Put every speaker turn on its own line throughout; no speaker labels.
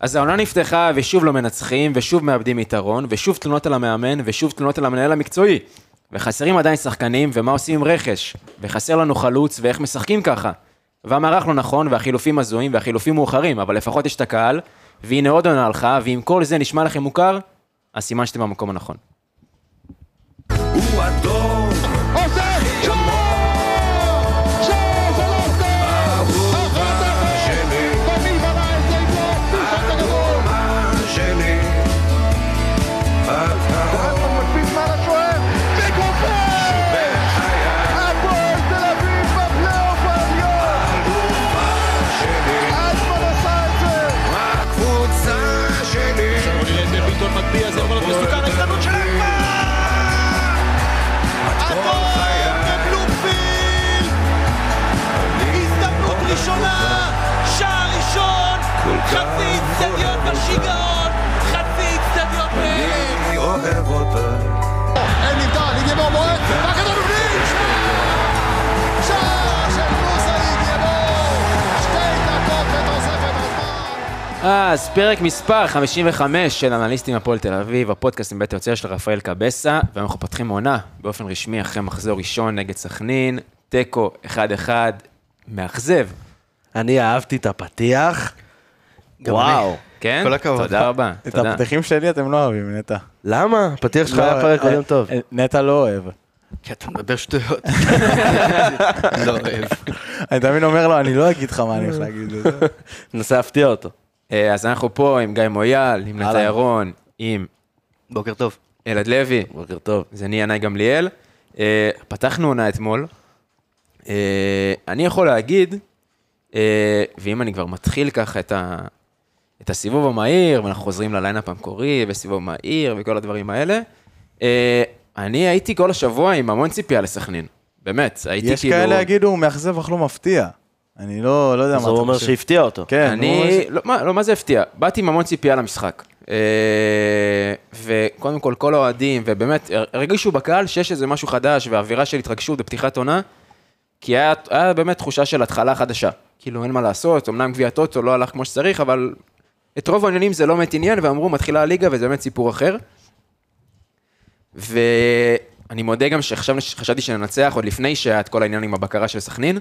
אז העונה נפתחה, ושוב לא מנצחים, ושוב מאבדים יתרון, ושוב תלונות על המאמן, ושוב תלונות על המנהל המקצועי. וחסרים עדיין שחקנים, ומה עושים עם רכש? וחסר לנו חלוץ, ואיך משחקים ככה? והמערך לא נכון, והחילופים הזויים, והחילופים מאוחרים, אבל לפחות יש את הקהל, והנה עוד עונה הלכה, ואם כל זה נשמע לכם מוכר, אז סימן שאתם במקום הנכון.
הוא אדום,
עושה שור! שור סולוסקו! אחת אחת! תמיד בנה את זה איתו! תשעת הגדול!
מה שלי,
אלמוג מקפיץ מעל השוער! וגופה! הפועל תל אביב בפלייאוף העליון! אלמוג עשה את זה!
הקבוצה שלי.
אדום בבלומפילד! הזדמנות ראשונה, שער ראשון, חצי איצטדיון בשיגעון, חצי איצטדיון בהלם.
אני אוהב אותה.
אין נבדל, יגמור מועד! והכדור בפנים! שער של מוסה יגמור! שתי דקות בתוספת הזמן!
אז פרק מספר 55 של אנליסטים הפועל תל אביב, הפודקאסט עם בית היוצר של רפאל קבסה, ואנחנו פותחים עונה באופן רשמי אחרי מחזור ראשון נגד סכנין, תיקו 1-1, מאכזב.
אני אהבתי את הפתיח. גם אני.
כן?
כל הכבוד.
תודה רבה,
את
תודה.
הפתחים שלי אתם לא אוהבים, נטע. לא, אה,
למה? הפתיח שלך לא היה פרק קודם טוב.
נטע לא אוהב.
כי אתה מדבר שטויות. לא אוהב.
אני תמיד אומר לו, אני לא אגיד לך מה אני הולך להגיד לזה.
ננסה להפתיע אותו.
אה, אז אנחנו פה עם גיא מויאל, עם נטע
אהלן.
ירון, עם
בוקר טוב.
אלעד לוי,
בוקר טוב.
זה נהיה גמליאל. אה, פתחנו עונה אתמול. אה, אני יכול להגיד, אה, ואם אני כבר מתחיל ככה את, ה, את הסיבוב המהיר, ואנחנו חוזרים לליינאפ המקורי, וסיבוב מהיר, וכל הדברים האלה, אה, אני הייתי כל השבוע עם המון ציפייה לסכנין. באמת, הייתי
יש
כאילו...
כאלה יגידו, הוא מאכזב אך לא מפתיע. אני לא לא יודע מה
אז
אתה
הוא אומר
חושב.
שהפתיע אותו.
כן, הוא אומר
אני... לא, מה, לא, מה זה הפתיע? באתי עם המון ציפייה למשחק. אה, וקודם כל, כל האוהדים, ובאמת, הר- הרגישו בקהל שיש איזה משהו חדש, ואווירה של התרגשות בפתיחת עונה, כי היה, היה באמת תחושה של התחלה חדשה. כאילו, אין מה לעשות, אמנם גביע טוטו לא הלך כמו שצריך, אבל את רוב העניינים זה לא באמת עניין, ואמרו, מתחילה הליגה, וזה באמת סיפור אחר. ואני מודה גם שחשב- שחשבתי שננצח עוד לפני שהיה את כל העניין עם הבקרה של סכנין.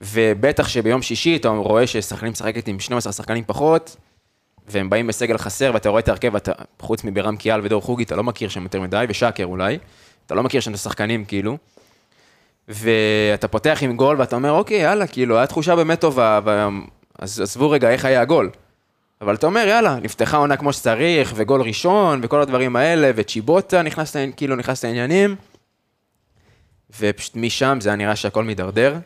ובטח שביום שישי אתה רואה שסכנין משחקת עם 12 שחקנים פחות, והם באים בסגל חסר, ואתה רואה את ההרכב, אתה, חוץ מבירם קיאל ודור חוגי, אתה לא מכיר שם יותר מדי, ושקר אולי, אתה לא מכיר שם את השחקנים, כאילו. ואתה פותח עם גול, ואתה אומר, אוקיי, יאללה, כאילו, הייתה תחושה באמת טובה, ו- אז עזבו רגע, איך היה הגול? אבל אתה אומר, יאללה, נפתחה עונה כמו שצריך, וגול ראשון, וכל הדברים האלה, וצ'יבוטה נכנס, לעני- כאילו, נכנס לעניינים, ופשוט משם זה היה נראה שהכל מידרדר.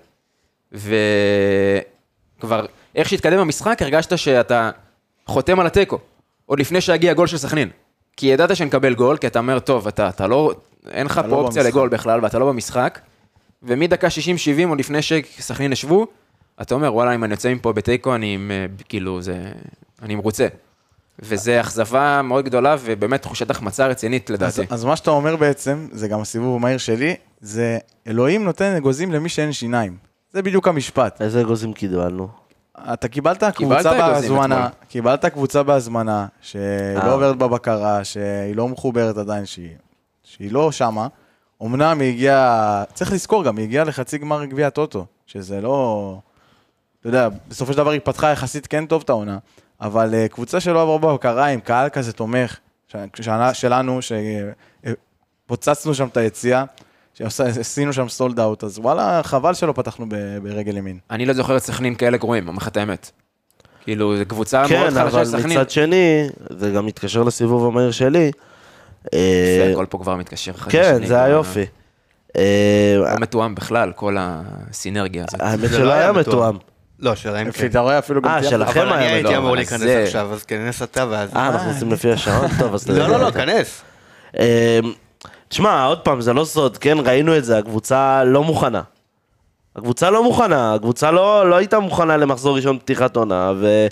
וכבר, איך שהתקדם המשחק, הרגשת שאתה חותם על התיקו, עוד לפני שהגיע הגול של סכנין. כי ידעת שנקבל גול, כי אתה אומר, טוב, אתה, אתה לא, אין לך
אתה
פה
לא
אופציה
במשחק."
לגול בכלל, ואתה לא במשחק. ומדקה 60-70, עוד לפני שסכנין ישבו, אתה אומר, וואלה, אם אני יוצא מפה בתיקו, אני עם, אה, כאילו, זה... אני מרוצה. וזו אכזבה מאוד גדולה, ובאמת תחושת החמצה רצינית
אז-
לדעתי.
אז מה שאתה אומר בעצם, זה גם הסיבוב המהיר שלי, זה אלוהים נותן אגוזים למי שאין שיניים. זה בדיוק המשפט.
איזה אגוזים קיבלנו?
אתה קיבלת קבוצה
אגוזים
בהזמנה,
אתמול.
קיבלת קבוצה בהזמנה,
אה.
שלא עוברת בבקרה, שהיא לא מחוברת עדיין, שהיא, שהיא לא שמה. אמנם היא הגיעה, צריך לזכור גם, היא הגיעה לחצי גמר גביע טוטו, שזה לא... אתה יודע, בסופו של דבר היא פתחה יחסית כן טוב את העונה, אבל אה, קבוצה שלא עברה בבקרה עם קהל כזה תומך, ש- שנה- שלנו, שפוצצנו שם את היציאה, שעשינו שם סולד אאוט, אז וואלה, חבל שלא פתחנו ב- ברגל ימין.
אני לא זוכר את סכנין כאלה גרועים, אומר לך את האמת. כאילו, זו קבוצה מאוד
כן,
חלשה
אבל
של סכנין.
מצד שני, זה גם מתקשר לסיבוב המהיר שלי. אה,
זה הכל פה כבר מתקשר אחד
כן,
לשני,
זה
כבר-
היופי. אה,
לא מתואם בכלל, כל הסינרגיה הזאת.
האמת
זה
שלא
לא היה
היה
מתואם.
מתואם.
לא, שלהם כן.
אתה רואה אפילו גם...
אה,
תיארת-
שלכם
אבל אני
היה
הייתי
מתואם,
אמור
אבל
להיכנס
זה-
עכשיו, אז כנס אתה ואז...
אה, אנחנו עושים לפי השעון? טוב, אז...
לא, לא, לא, כנס.
אה, תשמע, עוד פעם, זה לא סוד, כן? ראינו את זה, הקבוצה לא מוכנה. הקבוצה לא מוכנה, הקבוצה לא, לא הייתה מוכנה למחזור ראשון פתיחת עונה, ו,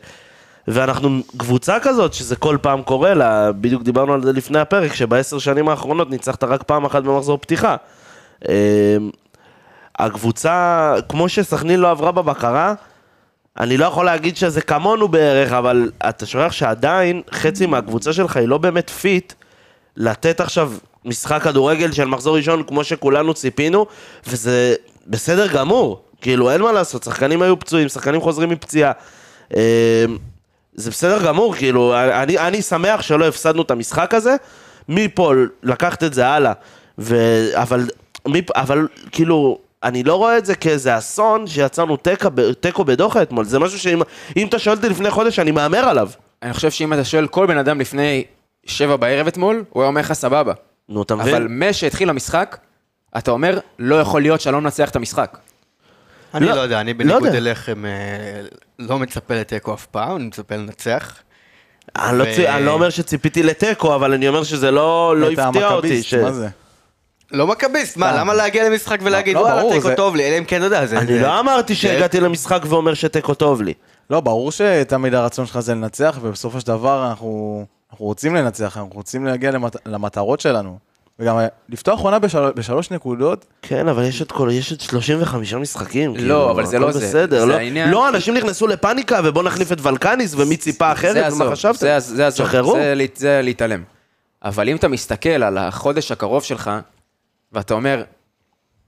ואנחנו קבוצה כזאת שזה כל פעם קורה לה, בדיוק דיברנו על זה לפני הפרק, שבעשר שנים האחרונות ניצחת רק פעם אחת במחזור פתיחה. אמ, אה, הקבוצה, כמו שסכנין לא עברה בבקרה, אני לא יכול להגיד שזה כמונו בערך, אבל אתה שוכח שעדיין חצי מהקבוצה שלך היא לא באמת פיט לתת עכשיו משחק כדורגל של מחזור ראשון כמו שכולנו ציפינו, וזה בסדר גמור. כאילו, אין מה לעשות, שחקנים היו פצועים, שחקנים חוזרים מפציעה. אה, זה בסדר גמור, כאילו, אני, אני שמח שלא הפסדנו את המשחק הזה, מפה לקחת את זה הלאה. ו... אבל, מפ... אבל כאילו, אני לא רואה את זה כאיזה אסון שיצרנו תיקו ב- תיקו בדוחה אתמול, זה משהו שאם אם אתה שואל אותי לפני חודש, אני מהמר עליו.
אני חושב שאם אתה שואל כל בן אדם לפני שבע בערב אתמול, הוא היה אומר לך סבבה.
נו, אתה מבין?
אבל משהתחיל המשחק, אתה אומר, לא יכול להיות שלא ננצח את המשחק.
אני
לא-
לא יודע, אני
לא
בניגוד
יודע.
אליכם אה, לא מצפה לתיקו אף פעם, אני מצפה לנצח.
אני, לא צ...
ו-
אני לא אומר שציפיתי לתיקו, אבל אני אומר שזה לא, לא
אתה
הפתיע אותי.
המכביסט,
ש...
מה זה?
לא מכביסט, מה, למה להגיע למשחק ולהגיד,
לא,
וואלה,
ברור,
תיקו
זה-
טוב לי, אלא אם כן, אתה יודע, זה...
אני
זה-
לא אמרתי שהגעתי למשחק ואומר שתיקו טוב לי.
לא, ברור שתמיד הרצון שלך זה לנצח, ובסופו של דבר אנחנו, אנחנו רוצים לנצח, אנחנו רוצים להגיע למט, למטרות שלנו. וגם אה, לפתוח עונה בשל, בשלוש נקודות,
כן, אבל יש עוד, כל, יש עוד 35 משחקים. כאילו,
לא, אבל זה
הכל
לא זה.
בסדר,
זה
לא,
העניין.
לא, אנשים נכנסו לפאניקה ובוא נחליף את ולקניס ומי ציפה
זה
אחרת,
עזוב,
מה חשבתם?
זה- זה עזוב,
שחררו.
זה לה- זה להתעלם. אבל אם אתה מסתכל על החודש הקרוב שלך, ואתה אומר,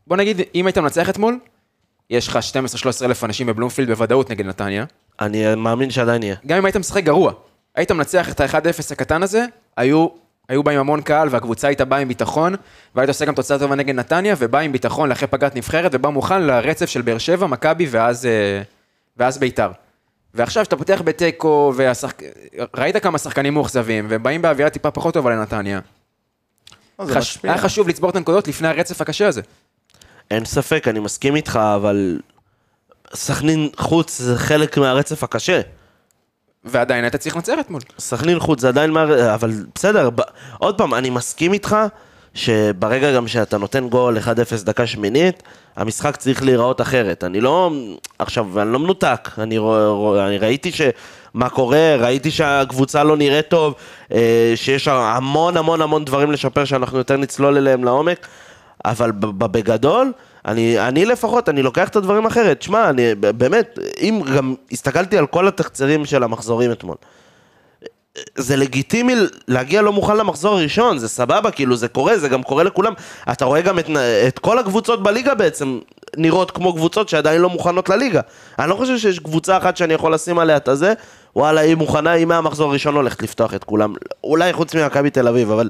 בוא נגיד, אם היית מנצח אתמול, יש לך 12-13 אלף אנשים בבלומפילד בוודאות נגד נתניה.
אני מאמין שעדיין יהיה.
גם אם היית משחק גרוע, היית מנצח את ה-1-0 הקטן הזה, היו, היו באים המון קהל והקבוצה הייתה באה עם ביטחון, והיית עושה גם תוצאה טובה נגד נתניה, ובא עם ביטחון לאחרי פגרת נבחרת, ובא מוכן לרצף של באר שבע, מכבי ואז, אה, ואז ביתר. ועכשיו שאתה פותח בתיקו, והשחק... ראית כמה שחקנים מאוכזבים, והם באים באווירה טיפה פחות טובה לנתניה.
לא, זה
חש...
משפיע.
היה חשוב לצבור את הנקודות לפני הרצף הקשה הזה.
אין ספק, אני מסכים איתך, אבל... סכנין חוץ זה חלק מהרצף הקשה.
ועדיין היית צריך לנצח אתמול.
סכנין חוץ זה עדיין מה... אבל בסדר, ב... עוד פעם, אני מסכים איתך שברגע גם שאתה נותן גול 1-0 דקה שמינית, המשחק צריך להיראות אחרת. אני לא... עכשיו, אני לא מנותק. אני, רוא... רוא... אני ראיתי ש... מה קורה, ראיתי שהקבוצה לא נראית טוב, אה, שיש המון המון המון דברים לשפר שאנחנו יותר נצלול אליהם לעומק, אבל ב- ב- בגדול, אני, אני לפחות, אני לוקח את הדברים אחרת. שמע, אני ב- באמת, אם גם הסתכלתי על כל התחצירים של המחזורים אתמול, זה לגיטימי להגיע לא מוכן למחזור הראשון, זה סבבה, כאילו זה קורה, זה גם קורה לכולם. אתה רואה גם את, את כל הקבוצות בליגה בעצם נראות כמו קבוצות שעדיין לא מוכנות לליגה. אני לא חושב שיש קבוצה אחת שאני יכול לשים עליה את הזה, וואלה, היא מוכנה, היא מהמחזור הראשון הולכת לפתוח את כולם. אולי חוץ ממכבי תל אביב, אבל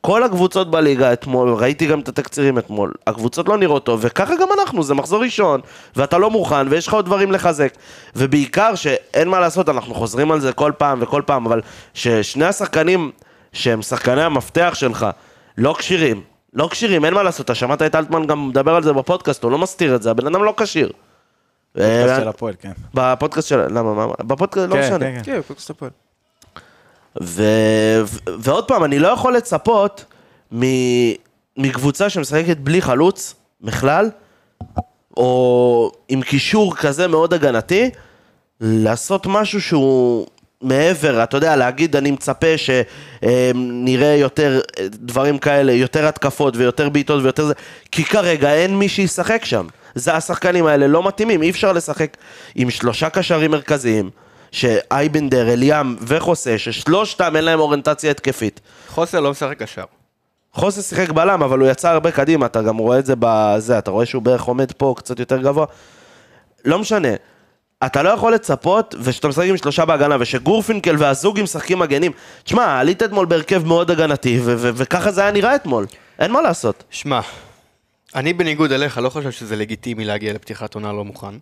כל הקבוצות בליגה אתמול, ראיתי גם את התקצירים אתמול, הקבוצות לא נראות טוב, וככה גם אנחנו, זה מחזור ראשון, ואתה לא מוכן, ויש לך עוד דברים לחזק. ובעיקר שאין מה לעשות, אנחנו חוזרים על זה כל פעם וכל פעם, אבל ששני השחקנים שהם שחקני המפתח שלך, לא כשירים, לא כשירים, אין מה לעשות, אתה שמעת את אלטמן גם מדבר על זה בפודקאסט, הוא לא מסתיר את זה, הבן אדם לא כשיר.
פודקאסט
אה,
של הפועל, כן.
בפודקאסט של... למה? מה? בפודקאסט, לא
כן,
משנה.
כן, כן.
כן, פוקס הפועל.
ו... ו- ועוד פעם, אני לא יכול לצפות מ... מקבוצה שמשחקת בלי חלוץ בכלל, או עם קישור כזה מאוד הגנתי, לעשות משהו שהוא מעבר, אתה יודע, להגיד אני מצפה שנראה יותר אה, דברים כאלה, יותר התקפות ויותר בעיטות ויותר זה, כי כרגע אין מי שישחק שם. זה השחקנים האלה לא מתאימים, אי אפשר לשחק עם שלושה קשרים מרכזיים, שאייבנדר, אליאם וחוסה, ששלושתם אין להם אוריינטציה התקפית.
חוסר לא משחק קשר.
חוסה שיחק בלם, אבל הוא יצא הרבה קדימה, אתה גם רואה את זה בזה, אתה רואה שהוא בערך עומד פה, קצת יותר גבוה. לא משנה. אתה לא יכול לצפות, ושאתה משחק עם שלושה בהגנה, ושגורפינקל והזוג משחקים מגנים. תשמע, עלית אתמול בהרכב מאוד הגנתי, ו- ו- וככה זה היה נראה אתמול. אין מה לעשות.
שמע, אני בניגוד אליך לא חושב שזה לגיטימי להגיע לפתיחת עונה לא מוכן.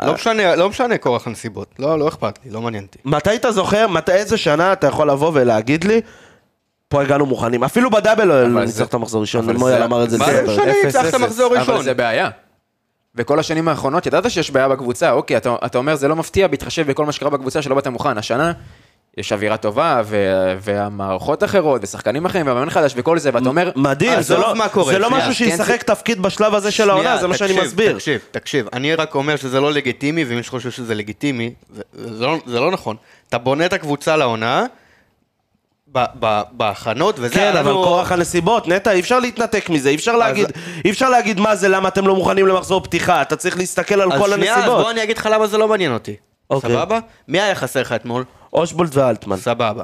אה.
לא משנה, לא משנה כורח הנסיבות, לא, לא אכפת לי, לא מעניין אותי.
מתי אתה זוכר, מתי, איזה שנה אתה יכול לבוא ולהגיד לי, פה הגענו מוכנים. אפילו בדאבל לא
אבל זה-
ניצחת מחזור ראשון,
אבל
מויאל
זה-
אמר את זה.
מה
מה זה
בסדר.
משנה, ניצחת מחזור
אבל
ראשון.
זה בעיה. וכל השנים האחרונות ידעת שיש בעיה בקבוצה, אוקיי, אתה, אתה אומר זה לא מפתיע בהתחשב בכל מה שקרה בקבוצה שלא באת מוכן. השנה יש אווירה טובה, ו, והמערכות אחרות, ושחקנים אחרים, והמאמן חדש וכל זה, ואתה אומר,
מדהים, זה
עזוב
לא,
מה קורה,
זה לא
שנייה,
משהו
כן,
שישחק תפקיד בשלב הזה של העונה,
שנייה,
זה מה שאני
תקשיב,
מסביר.
תקשיב, תקשיב, אני רק אומר שזה לא לגיטימי, ומי שחושב שזה לגיטימי, זה, זה, לא, זה לא נכון. אתה בונה את הקבוצה לעונה, ב- ב- בהכנות וזה,
כן,
היה
אבל
לנו-
כורח הנסיבות, נטע, אי אפשר להתנתק מזה, אי אפשר להגיד, אי אפשר להגיד מה זה, למה אתם לא מוכנים למחזור פתיחה, אתה צריך להסתכל על
אז
כל
שנייה, אז בוא
הנסיבות.
אני אגיד לך למה זה לא מעניין אותי.
אוקיי.
סבבה? מי היה חסר לך אתמול?
אושבולט ואלטמן.
סבבה.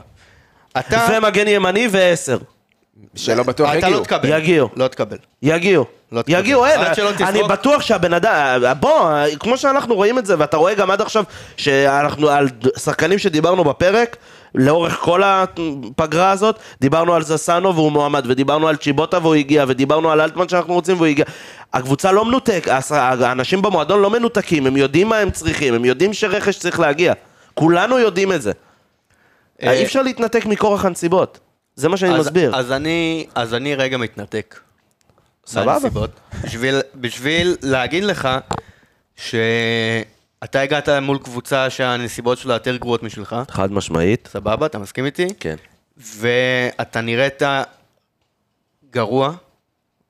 אתה...
ומגן ימני ועשר.
שלא בטוח
אתה
יגיעו.
לא תקבל.
יגיעו. אה,
לא תקבל.
יגיעו.
לא תקבל.
יגיעו, אין,
עד שלא תזרוק.
אני בטוח שהבן אדם, בוא, כמו שאנחנו רואים את זה, ואתה רואה גם עד עכשיו, שאנחנו, על שחקנים שדיברנו בפרק, לאורך כל הפגרה הזאת, דיברנו על זסנו והוא מועמד, ודיברנו על צ'יבוטה והוא הגיע, ודיברנו על אלטמן שאנחנו רוצים והוא הגיע. הקבוצה לא מנותק, הס- האנשים במועדון לא מנותקים, הם יודעים מה הם צריכים, הם יודעים שרכש צריך להגיע. כולנו יודעים את זה.
אה,
אי אפשר להתנתק מכורח הנסיבות. זה מה שאני
אז-
מסביר.
אז אני, אז אני רגע מתנתק.
סבבה.
מהנסיבות. בשביל, בשביל להגיד לך שאתה הגעת מול קבוצה שהנסיבות שלה יותר גרועות משלך,
חד משמעית.
סבבה? אתה מסכים איתי?
כן.
ואתה נראית גרוע,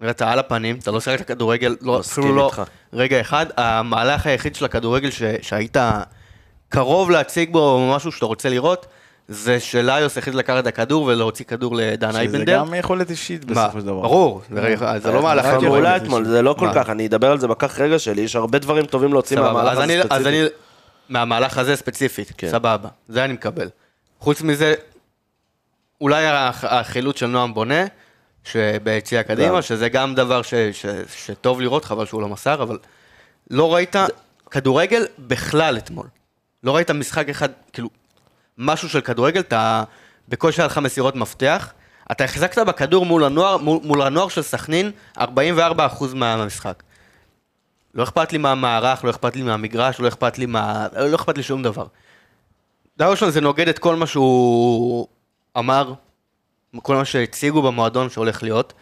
נראית על הפנים, אתה לא שיחקת כדורגל, לא,
מסכים
אפילו לא
איתך.
רגע אחד. המהלך היחיד של הכדורגל ש, שהיית קרוב להציג בו משהו שאתה רוצה לראות, זה שליוס החליט לקחת את הכדור ולהוציא כדור לדן
שזה
אייבנדר.
גם יכולת אישית
מה?
בסופו של דבר. אה,
ברור, זה רגע- זה לא מהלך
היה
רק
כדורגל.
מעולה
רואים את
אתמול, זה לא כל
מה?
כך, אני אדבר על זה בכך רגע שלי, יש הרבה דברים טובים להוציא
סבבה,
מהמהלך
אז אני-
הזה
אז אני...
ספציפית.
מהמהלך הזה ספציפית,
כן.
סבבה, זה אני מקבל. חוץ מזה, אולי הח- החילוץ של נועם בונה, שביציאה
גם.
קדימה, שזה גם דבר ש- ש- שטוב לראות, חבל שהוא לא מסר, אבל לא ראית כדורגל בכלל אתמול. לא ראית משחק אחד, כאילו, משהו של כדורגל, אתה בקושי היה לך מסירות מפתח. אתה החזקת בכדור מול הנוער, מול, מול הנוער של סכנין 44% מה- מהמשחק. לא אכפת לי מהמערך, לא אכפת לי מהמגרש, לא אכפת לי מה... לא אכפת לי שום דבר. דבר ראשון, זה נוגד את כל מה שהוא אמר, כל מה שהציגו במועדון שהולך להיות.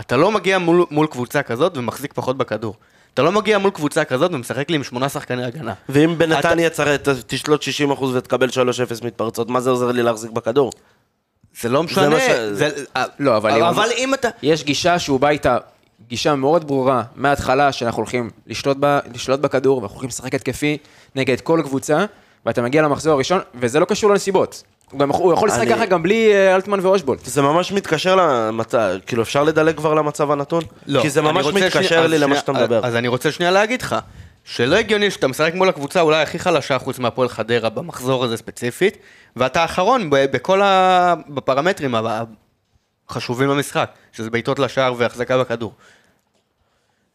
אתה לא מגיע מול, מול קבוצה כזאת ומחזיק פחות בכדור. אתה לא מגיע מול קבוצה כזאת ומשחק לי עם שמונה שחקני הגנה.
ואם בנתניה צר- ת- תשלוט 60% ותקבל 3-0 מתפרצות, מה זה עוזר לי להחזיק בכדור?
זה לא משנה.
מה ש-
זה-
לא, אבל אם-
אבל אם אתה...
יש גישה שהוא בא איתה, גישה מאוד ברורה מההתחלה, שאנחנו הולכים לשלוט, ב, לשלוט בכדור, ואנחנו הולכים לשחק התקפי נגד כל קבוצה, ואתה מגיע למחזור הראשון, וזה לא קשור לנסיבות. הוא, גם, הוא יכול לשחק
אני-
ככה גם בלי אה, אלטמן ואושבולט.
זה ממש מתקשר למצב, כאילו אפשר לדלג כבר למצב הנתון? כי זה
לא, אני
ממש
רוצה
מתקשר
שנייה-
לי
אז
למה
שנייה-
שאתה מדבר.
אז אני רוצה שנייה להגיד לך, שלא הגיוני שאתה משחק מול הקבוצה אולי הכי חלשה חוץ מהפועל חדרה במחזור הזה ספציפית, ואתה האחרון ב- בכל ה... בפרמטרים ה- החשובים במשחק, שזה בעיטות לשער והחזקה בכדור.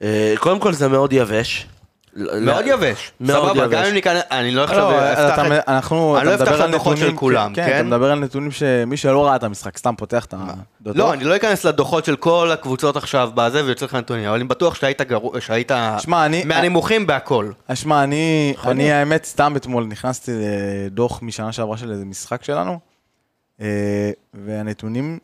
אה, קודם כל זה מאוד יבש.
מאוד
לא-
יבש.
מאוד
סבבה, גם
יבש.
אם ניכנס... אני לא עכשיו...
לא,
אפתח
אתה
את-
מ- אנחנו,
אני לא
אתה
אפתח
מדבר
את
על
הדוחות של
נתונים,
כולם,
כן, אתה
כן?
מדבר על נתונים שמי שלא ראה את המשחק סתם פותח את הדוחות.
לא, אני לא אכנס לדוחות של כל הקבוצות עכשיו בזה ויוצא לך נתונים, אבל אני בטוח שהיית גרוע, שהיית
שמע, אני-
מהנמוכים בהכל.
אז אה, שמע, אני, אני האמת, סתם אתמול נכנסתי לדוח משנה שעברה של איזה משחק שלנו, אה, והנתונים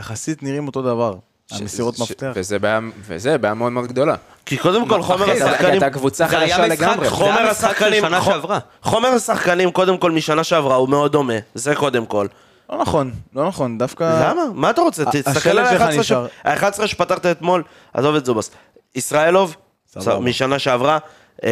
יחסית נראים אותו דבר. המסירות
ש- ש-
מפתח.
וזה בעיה, וזה בעיה מאוד מאוד גדולה.
כי קודם כל חומר
אחי, זה-
השחקנים...
אתה קבוצה
לא, זה היה
חדשה
משחק
לגמרי.
חו-
חומר
זה המשחק של
השחקנים,
שנה
חו-
שעברה.
חומר השחקנים קודם כל משנה שעברה הוא מאוד דומה, זה קודם כל.
לא נכון, לא נכון, דווקא...
למה? מה אתה רוצה?
ה-
תסתכל
השלד
על
שלך
ה-11 ש...
נשאר.
ה-11 שפתחת אתמול, עזוב את זובס. ישראלוב,
סבבה.
משנה שעברה. אה,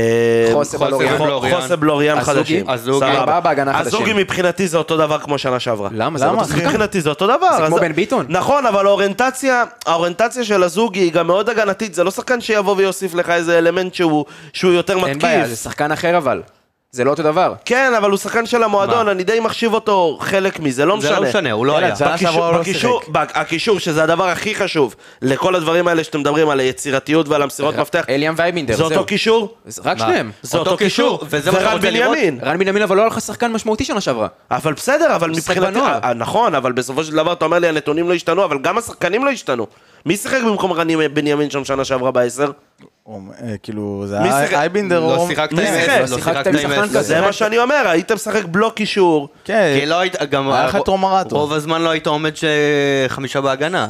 חוסה
חו-
בלוריאן.
חו- חוסה בלוריאן
הזוגי?
חדשים.
הזוגי.
סבבה.
ארבעה בהגנה חדשים.
הזוגי מבחינתי זה אותו דבר כמו שנה שעברה.
למה? זה לא
למה?
אותו שחקן.
מבחינתי זה אותו דבר.
זה כמו
אז-
בן ביטון.
נכון, אבל האוריינטציה, האוריינטציה של הזוגי היא גם מאוד הגנתית, זה לא שחקן שיבוא ויוסיף לך איזה אלמנט שהוא שהוא יותר
אין בעיה, זה
מתקיף.
שחקן אחר אבל. זה לא אותו דבר.
כן, אבל הוא שחקן של המועדון,
מה?
אני די מחשיב אותו חלק מזה, לא
זה
משנה.
לא משנה, הוא לא
ילד,
היה.
זה- שנה שעברה הוא לא
בקישור,
שיחק.
בק- הקישור, שזה הדבר הכי חשוב לכל הדברים האלה שאתם מדברים, על היצירתיות ועל המסירות מפתח,
אליאם ואייבינדר,
זה
זהו.
אותו קישור?
זה- רק
מה?
שניהם.
זה
אותו
אותו קישור,
קישור, וזה מה
ורן
שרוצה לראות.
בנימין.
רן בנימין אבל לא היה לך שחקן משמעותי שנה שעברה.
אבל בסדר, אבל
משחק
מבחינתי...
בנוער.
אה, נכון, אבל בסופו של דבר אתה אומר לי הנתונים לא השתנו, אבל גם השחקנים לא השתנו. מי שיחק במקום רן בנימין שם שנה שעברה בעשר?
או, אה, כאילו, זה
מי
היה
שיחק?
אייבינדר
לא
או...
שיחקת עם
מי שיחק?
עז,
לא
לא
שיחקת
שיחקת
עם
עם
שחקן
עז.
כזה.
זה מה שאני אומר, היית משחק בלוק קישור.
כי
כן,
לא היית, גם...
היה לך
הרוב-
את רומרטו.
רוב הזמן לא היית עומד ש- חמישה בהגנה.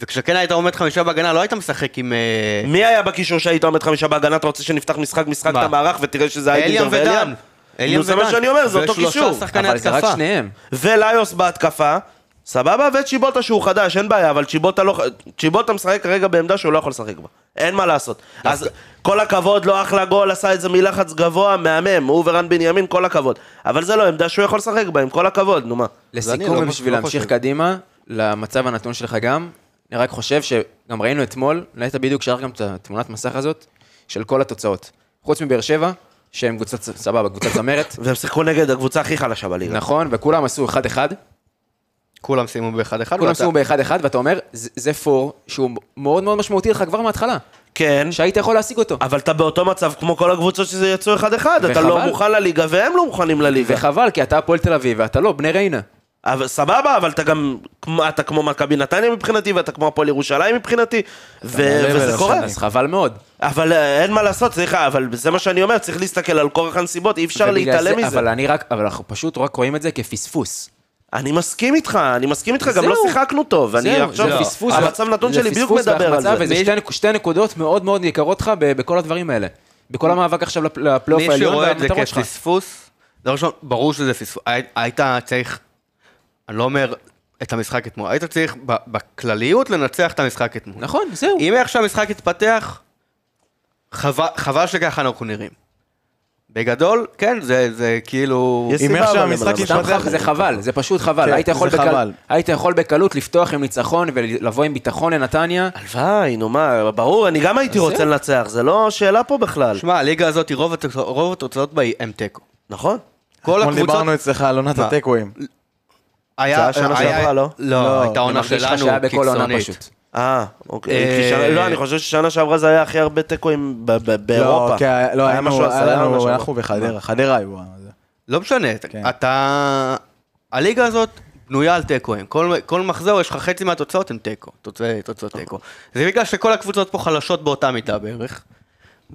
וכשכן היית עומד חמישה בהגנה, לא היית משחק עם... אה,
מי היה בקישור שהיית עומד חמישה בהגנה? אתה רוצה שנפתח משחק, משחק
מה?
את המערך ותראה שזה אייבינדר
אליאם ודן. אליאם
נו, זה מה
ודן.
שאני אומר, זה אותו
ושלושה
קישור.
שחקני
אבל זה רק
התקפה.
שניהם.
וליוס בהתקפה, סבבה? וצ'יבוטה שהוא חדש, אין בעיה, אבל צ'יבוטה לא... ח- צ'יבוטה משחק כרגע בעמדה שהוא לא יכול לשחק בה. אין מה לעשות. אז כל הכבוד, לא אחלה גול, עשה את זה מלחץ גבוה, מהמם, הוא ורן בנימין, כל הכבוד. אבל זה לא עמדה שהוא יכול לשחק בה, עם כל הכבוד, נו מה.
לסיכום,
לא-
בשביל
לא
להמשיך
חושב.
קדימה, למצב הנתון שלך גם, אני רק חושב שגם ראינו אתמול, נהיית בדיוק שלח גם את התמונת מסך הזאת, של כל התוצאות. חוץ מבאר שבע, שהם קבוצת ס- סבבה, קבוצת צמרת,
והם שיחקו נגד הקבוצה הכי חלשה בליגה.
לא.
נכון, וכולם עשו 1-1,
כולם סיימו באחד אחד.
כולם
ואתה-
סיימו ב-1-1, ואתה אומר, "זה- זה פור שהוא מאוד מאוד משמעותי לך כבר מההתחלה,
כן,
שהיית יכול להשיג אותו.
אבל אתה באותו מצב כמו כל הקבוצות שזה יצאו אחד-אחד. אתה
וחבל.
לא מוכן לליגה והם לא מוכנים לליגה.
וחבל, כי אתה הפועל תל אביב, ואתה לא בני ריינה.
אבל סבבה, אבל אתה גם, כמו- אתה כמו מכבי נתניה מבחינתי, ואתה כמו הפועל ירושלים מבחינתי, ו-
מעלה
וזה
ולא-
קורה.
אז חבל מאוד.
אבל אה, אין מה לעשות, צריך, אבל זה מה שאני אומר, צריך להסתכל על כורח הנסיבות, אי אפשר
ובגלל
להתעלם
זה-
מזה.
אבל אני רק, אבל אנחנו פשוט רק רואים את זה כפספוס.
אני מסכים איתך, אני מסכים איתך, גם
זהו.
לא שיחקנו טוב. אני
זהו,
עכשיו, לא,
זה פספוס.
המצב נתון שלי בדיוק מדבר על זה.
וזה שתי, נק- שתי נקודות מאוד מאוד ניכרות לך ב- בכל הדברים האלה. בכל המאבק עכשיו לפ- לפלייאוף
מי
העליון
שרואה את זה
והמטרות שלך.
כפספוס, דבר ראשון, ברור שזה פספוס. הי- היית צריך, אני לא אומר את המשחק אתמול, היית צריך ב- בכלליות לנצח את המשחק אתמול.
נכון, זהו.
אם איך שהמשחק התפתח, חבל- חבל שככה אנחנו נראים. בגדול, כן, זה, זה כאילו...
יש
אם
סיבה,
איך
אבל
שהמשחק
למה?
סתם
התפתח-
ככה, זה חבל, זה פשוט חבל.
כן,
היית יכול
זה
בקל-
חבל.
היית יכול בקלות לפתוח עם ניצחון ולבוא עם ביטחון לנתניה.
הלוואי, נו מה, ברור, אני גם הייתי רוצה לנצח, זה לא שאלה פה בכלל.
שמע, הליגה הזאת, רוב התוצא- רוב התוצאות בה היא הם תיקו.
נכון.
כל
אתמול
הקבוצות...
דיברנו אצלך על עונת
מה?
התיקואים.
זה
היה
היה שנה
היה-
שעברה, לא?
לא,
לא,
הייתה
אני
עונה
מרגיש לך
שלנו
שהיה בכל עונה
קיצונית.
פשוט.
אה, אוקיי.
אה,
כי שנה- לא, אני חושב ששנה שעברה זה היה הכי הרבה תיקואים ב- ב- באירופה.
לא, כי היה- לא,
היה משהו
היינו,
עשרה,
היה לנו-
משהו.
אנחנו בחדרה, חדרה היו. אה, זה.
לא משנה,
כן.
אתה... הליגה הזאת בנויה על תיקואים. כל, כל מחזור, יש לך חצי מהתוצאות הן תיקו, תוצא- תוצאות תיקו. זה בגלל שכל הקבוצות פה חלשות באותה מידה בערך.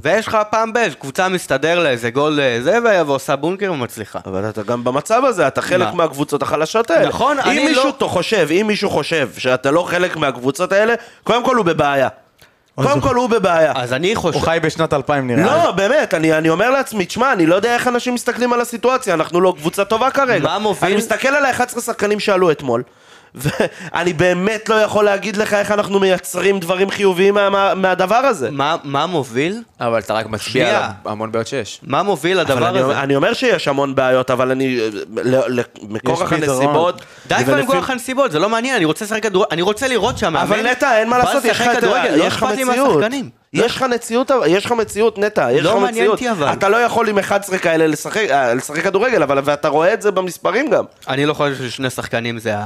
ויש לך פעם באיז, קבוצה מסתדר לאיזה גול אה, זה, ו- ועושה בונקר ומצליחה.
אבל אתה גם במצב הזה, אתה חלק
מה?
מהקבוצות החלשות האלה.
נכון,
אם
אני
מישהו
לא-
לא... חושב, אם מישהו חושב שאתה לא חלק מהקבוצות האלה, קודם כל הוא בבעיה. קודם כל הוא בבעיה.
אז אני חושב...
הוא חי בשנת 2000 נראה. לי.
לא, באמת, אני, אני אומר לעצמי, תשמע, אני לא יודע איך אנשים מסתכלים על הסיטואציה, אנחנו לא קבוצה טובה כרגע.
מה מוביל?
אני מסתכל על ה-11 שחקנים שעלו אתמול, ואני באמת לא יכול להגיד לך איך אנחנו מייצרים דברים חיוביים מה, מה, מהדבר הזה.
מה, מה מוביל?
אבל אתה רק מצביע
שנייה.
על המון בעיות שיש.
מה מוביל
אבל
לדבר
אני, אומר-
הזה?
אני אומר שיש המון בעיות, אבל אני, ל- ל- מכורח
פתרון.
הנסיבות...
די כבר עם
ולפי-
כל הנסיבות, זה לא מעניין, אני רוצה לשחק כדורגל, אני רוצה לראות שהמאמן...
אבל נטע, אין מה לעשות,
בא
יש לך
לשחק
את ה-
כדורגל, לא
יש לך
אכפת לי
מציאות. לא,
מהשחקנים.
יש לך מציאות, אבל- יש לך מציאות, נטע, יש לך
לא
מציאות.
מעניין אותי, אבל.
אתה לא יכול עם 11 כאלה לשחק אה, לשחק כדורגל, אבל ואתה רואה את זה במספרים גם.
אני לא חושב ששני שחקנים זה ה...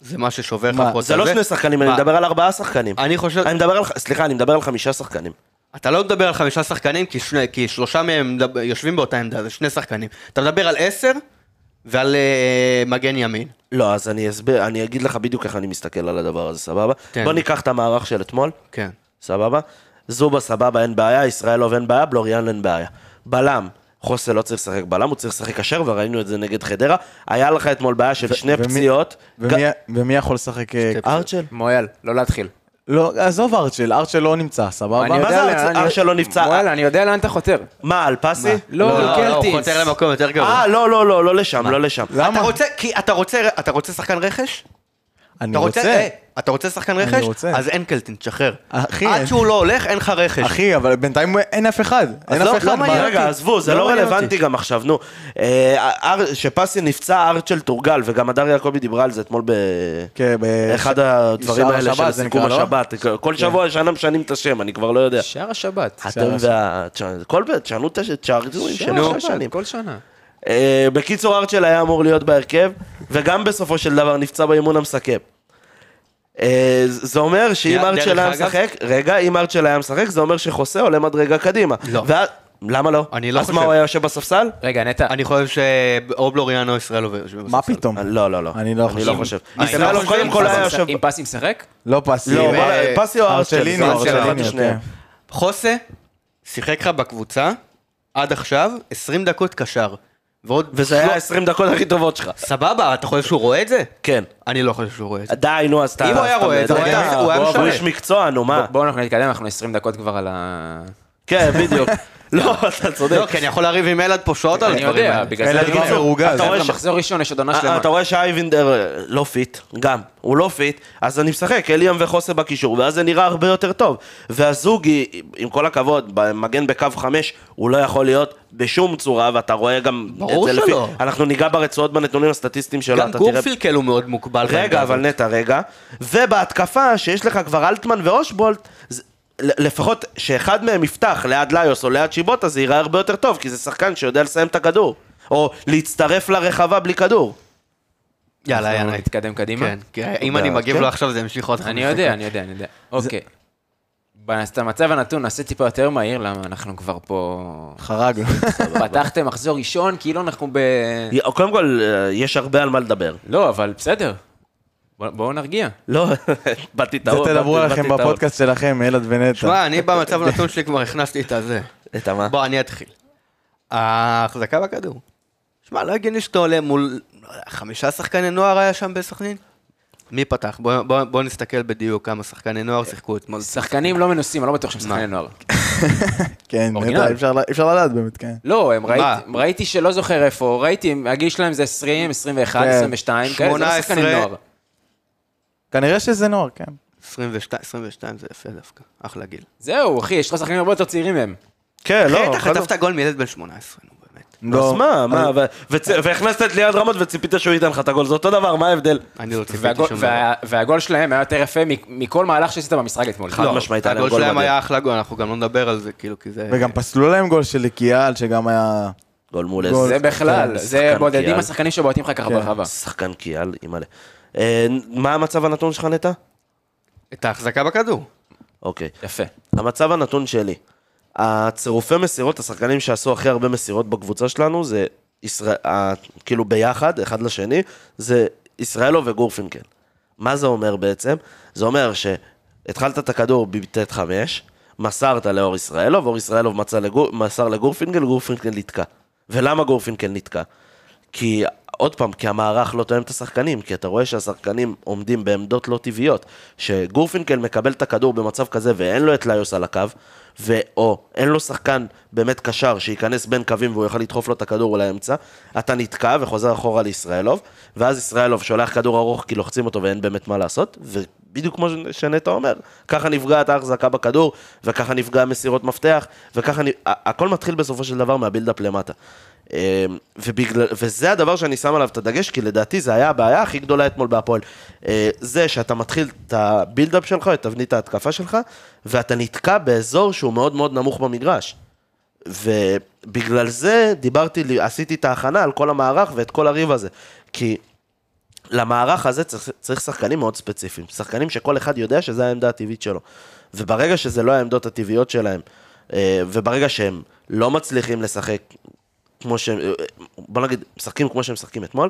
זה מה ששובר לך
מה,
פה את
זה לא
הזה.
שני שחקנים, אני
מה?
מדבר על ארבעה שחקנים.
אני לא- חושב...
אני מדבר על, ח- סליחה, אני מדבר על חמישה שחקנים.
אתה לא מדבר על חמישה שחקנים, כי, שני, כי שלושה מהם מדבר- יושבים באותה עמדה, זה שני שחקנים. אתה מדבר על עשר ועל אה, מגן ימין.
לא, אז אני אסביר, אני אגיד לך בדיוק איך אני מסתכל על הדבר הזה, סבבה?
כן.
בוא ניקח את המערך של אתמול,
כן.
סבבה? זובה סבבה, אין בעיה, ישראלוב אין בעיה, בלוריאן אין בעיה. בלם, חוסה לא צריך לשחק בלם, הוא צריך לשחק אשר, וראינו את זה נגד חדרה. היה לך אתמול בעיה של שני
ומי-
פציעות.
ומי-
ג-
ומי יכול לשחק? אה,
ארצ'ל?
מויאל, לא להתחיל.
לא, עזוב ארצ'ל, ארצ'ל לא נמצא, סבבה?
אני
מה
יודע
זה
לאן-
ארצ'ל?
אני-
ארצ'ל לא נפצע.
מויאל, אני יודע לאן אתה חותר.
מה, על פסי?
לא,
הוא
קלטינס.
חותר למקום יותר גרוע.
אה, לא, לא, לא, לא לשם, לא לשם.
אתה
למה?
רוצה, כי אתה רוצה, אתה רוצה שחקן רכש?
אני
אתה רוצה,
רוצה.
אה, אתה רוצה שחקן רכש?
רוצה.
אז אין קלטינס, שחרר.
אחי,
עד
אין-
שהוא לא הולך, אין לך רכש.
אחי, אבל בינתיים אין אף אחד. אין
לא-
אף אחד.
לא
מה-
מעניין רגע, עזבו, זה לא
מעניין
רלוונטי גם עכשיו, נו. אה, אר- שפסי נפצע ארצ'ל טורגל, וגם הדר יעקבי דיברה על זה אתמול ב...
כן, ב-
אחד
ש-
הדברים
שער
האלה של
השבת זה
סיכום
נקרא, לא?
השבת. כל שבוע שנה משנים את השם, אני כבר לא יודע.
שער השבת.
אתם וה... תש- כל פעם, תשנו את השערים
שער
שלנו
השבת,
שנים.
כל שנה.
אה, בקיצור, ארצ'ל היה אמור להיות בהרכב, וגם בסופו של דבר נפצע באימון המסכם. אה, זה אומר שאם
דרך
ארצ'ל היה
אגב-
משחק, רגע, אם ארצ'ל היה משחק, זה אומר שחוסה עולה מדרגה קדימה.
לא.
ואז- למה לא?
אני לא
אז
חושב.
מה, הוא היה יושב בספסל?
רגע, נטע,
אני חושב שאו בלוריאן או ישראל עובר.
מה פתאום?
אה, לא, לא, לא.
אני לא
אני לא חושב.
חושב.
אה,
ישראל
אתם לא
קודם כל
חושבים?
היה
אם
יושב...
פס- אם פסי משחק?
לא פסי.
לא,
אה,
בואנה, פסי או ארצ'ל?
ארצ'לינו,
זה
ארצ'לינו,
אחד
ארצ'לינו,
משניהם.
כן.
חוסה שיחק לך בקבוצה עד עכשיו 20 דקות קשר. ועוד...
וזה היה
לא-
20 דקות הכי טובות שלך.
סבבה, אתה חושב שהוא רואה את זה?
כן.
אני לא חושב שהוא רואה את זה.
די, נו, אז אתה...
אם הוא היה
אז אתה-
רואה את זה, הוא היה-
די,
הוא היה
בוא,
משנה.
איש מקצוע, נו, מה?
בואו אנחנו נתקדם, אנחנו 20 דקות כבר על ה...
כן, בדיוק. לא, אתה צודק.
לא, כי אני יכול לריב עם אלעד פה שעות
לא,
על
אני
הדברים
יודע,
האלה.
בגלל זה
אלא
אני
אם
אומר,
זה רוגז.
כן. אתה רואה
ש-
שמחזור ראשון יש עוד עונה
אה,
שלמה.
אתה רואה שאייבינדר אה, לא פיט, גם, הוא לא פיט, אז אני משחק, אליאם וחוסה בקישור, ואז זה נראה הרבה יותר טוב. והזוגי, עם כל הכבוד, מגן בקו חמש, הוא לא יכול להיות בשום צורה, ואתה רואה גם...
ברור
את זה
שלא.
אנחנו ניגע ברצועות בנתונים הסטטיסטיים שלו,
גם
אתה תראה...
גורפילקל הוא מאוד מוגבל. בעמדה
רגע, אבל
הזאת.
נטע, רגע. ובהתקפה, שיש לך כבר אלטמן ואושבולט, זה- ל- לפחות שאחד מהם יפתח ליד ליוס או ליד שיבוטה, זה ייראה הרבה יותר טוב, כי זה שחקן שיודע לסיים את הכדור. או להצטרף לרחבה בלי כדור.
יאללה, יאללה.
נתקדם קדימה.
כן, כי אם אני מגיב לו עכשיו זה ימשיך עוד חמש.
אני יודע, אני יודע, אני יודע. אוקיי. במצב הנתון נעשה טיפה יותר מהיר, למה אנחנו כבר פה...
חרגנו.
פתחתם מחזור ראשון, כאילו אנחנו ב...
קודם כל, אה, יש הרבה על מה לדבר.
לא, אבל בסדר. בוא- בואו נרגיע.
לא, באתי
זה
טעות.
תדברו
באתי-
עליכם
באתי טעות.
בפודקאסט שלכם, אלעד ונטע.
שמע, אני במצב הנתון שלי כבר הכנסתי את הזה.
את המה?
בוא, אני אתחיל. ההחזקה בכדור. שמע, לא הגיוני שאתה עולה מול לא יודע, חמישה שחקני נוער היה שם בסכנין? מי פתח? בוא- בוא בוא נסתכל בדיוק כמה שחקני נוער שיחקו אתמול.
שחקנים לא מנוסים, אני לא בטוח שהם שחקני נוער.
כן,
אורגינל.
נטע, אי אפשר ל- אי אפשר לדעת באמת, כן.
לא, הם
מה?
ראיתי, ראיתי שלא זוכר איפה, ראיתי, הגיל שלהם זה 20, 21,
כן.
22, כאלה, זה לא
18.
שחקנים נוער.
כנראה שזה נוער, כן.
22 22 זה יפה דווקא, אחלה גיל.
זהו, אחי, יש לך שחקנים הרבה יותר צעירים מהם.
כן, לא.
בטח,
חד-
חטפת גול מילד בן 18, נו באמת.
לא.
אז מה, מה, ו- וצ- והכנסת את ליעד רמות וציפית שהוא ייתן לך את הגול, זה אותו דבר, מה ההבדל?
אני לא ציפיתי
והגול-
שום דבר.
וה- והגול שלהם היה יותר יפה מ- מכל מהלך שעשית במשחק אתמול.
חד
לא,
משמעית, היה להם
הגול
גול
שלהם
מדהים.
היה אחלה גול, אנחנו גם לא נדבר על זה, כאילו, כי זה...
וגם פסלו להם גול של קיאל, שגם היה...
גול מול איזה...
לא.
גול.
זה בכלל,
כן,
זה
שחקן
בודדים
קיאל.
השחקנים שבועטים לך
כן.
ככה ברחבה.
שחקן קיאל, אימא'לה. אה, מה המצב הנתון שלך, נטע?
את ההחזקה בכדור.
אוקיי.
יפה.
המצב הנתון שלי, הצירופי מסירות, השחקנים שעשו הכי הרבה מסירות בקבוצה שלנו, זה ישראל, ה- כאילו ביחד, אחד לשני, זה ישראלו וגורפינקל. מה זה אומר בעצם? זה אומר שהתחלת את הכדור בביתת חמש, מסרת לאור ישראלוב, אור ישראלוב מצא לגור, מסר לגורפינקל, גורפינקל נתקע. ולמה גורפינקל נתקע? כי, עוד פעם, כי המערך לא תואם את השחקנים, כי אתה רואה שהשחקנים עומדים בעמדות לא טבעיות. שגורפינקל מקבל את הכדור במצב כזה ואין לו את ליוס על הקו, ואו אין לו שחקן באמת קשר שייכנס בין קווים והוא יוכל לדחוף לו את הכדור לאמצע, אתה נתקע וחוזר אחורה לישראלוב, ואז ישראלוב שולח כדור ארוך כי לוחצים אותו ואין באמת מה לעשות, ובדיוק כמו שנטע אומר, ככה נפגעת ההחזקה בכדור, וככה נפגע מסירות מפתח, וככה נ... ה- הכל מתחיל בסופו של דבר מהבילדאפ למטה. אמ, ובגלל, וזה הדבר שאני שם עליו את הדגש, כי לדעתי זה היה הבעיה הכי גדולה אתמול בהפועל. אה, זה שאתה מתחיל את הבילדאפ שלך, את תבנית ההתקפה שלך, ואתה נתקע באזור שהוא מאוד מאוד נמוך במגרש. ובגלל זה דיברתי, לי- עשיתי את ההכנה על כל המערך ואת כל הריב הזה. כי למערך הזה צריך, צריך שחקנים מאוד ספציפיים. שחקנים שכל אחד יודע שזו העמדה הטבעית שלו. וברגע שזה לא העמדות הטבעיות שלהם, אה, וברגע שהם לא מצליחים לשחק כמו שהם, אה, בוא נגיד, משחקים כמו שהם משחקים אתמול,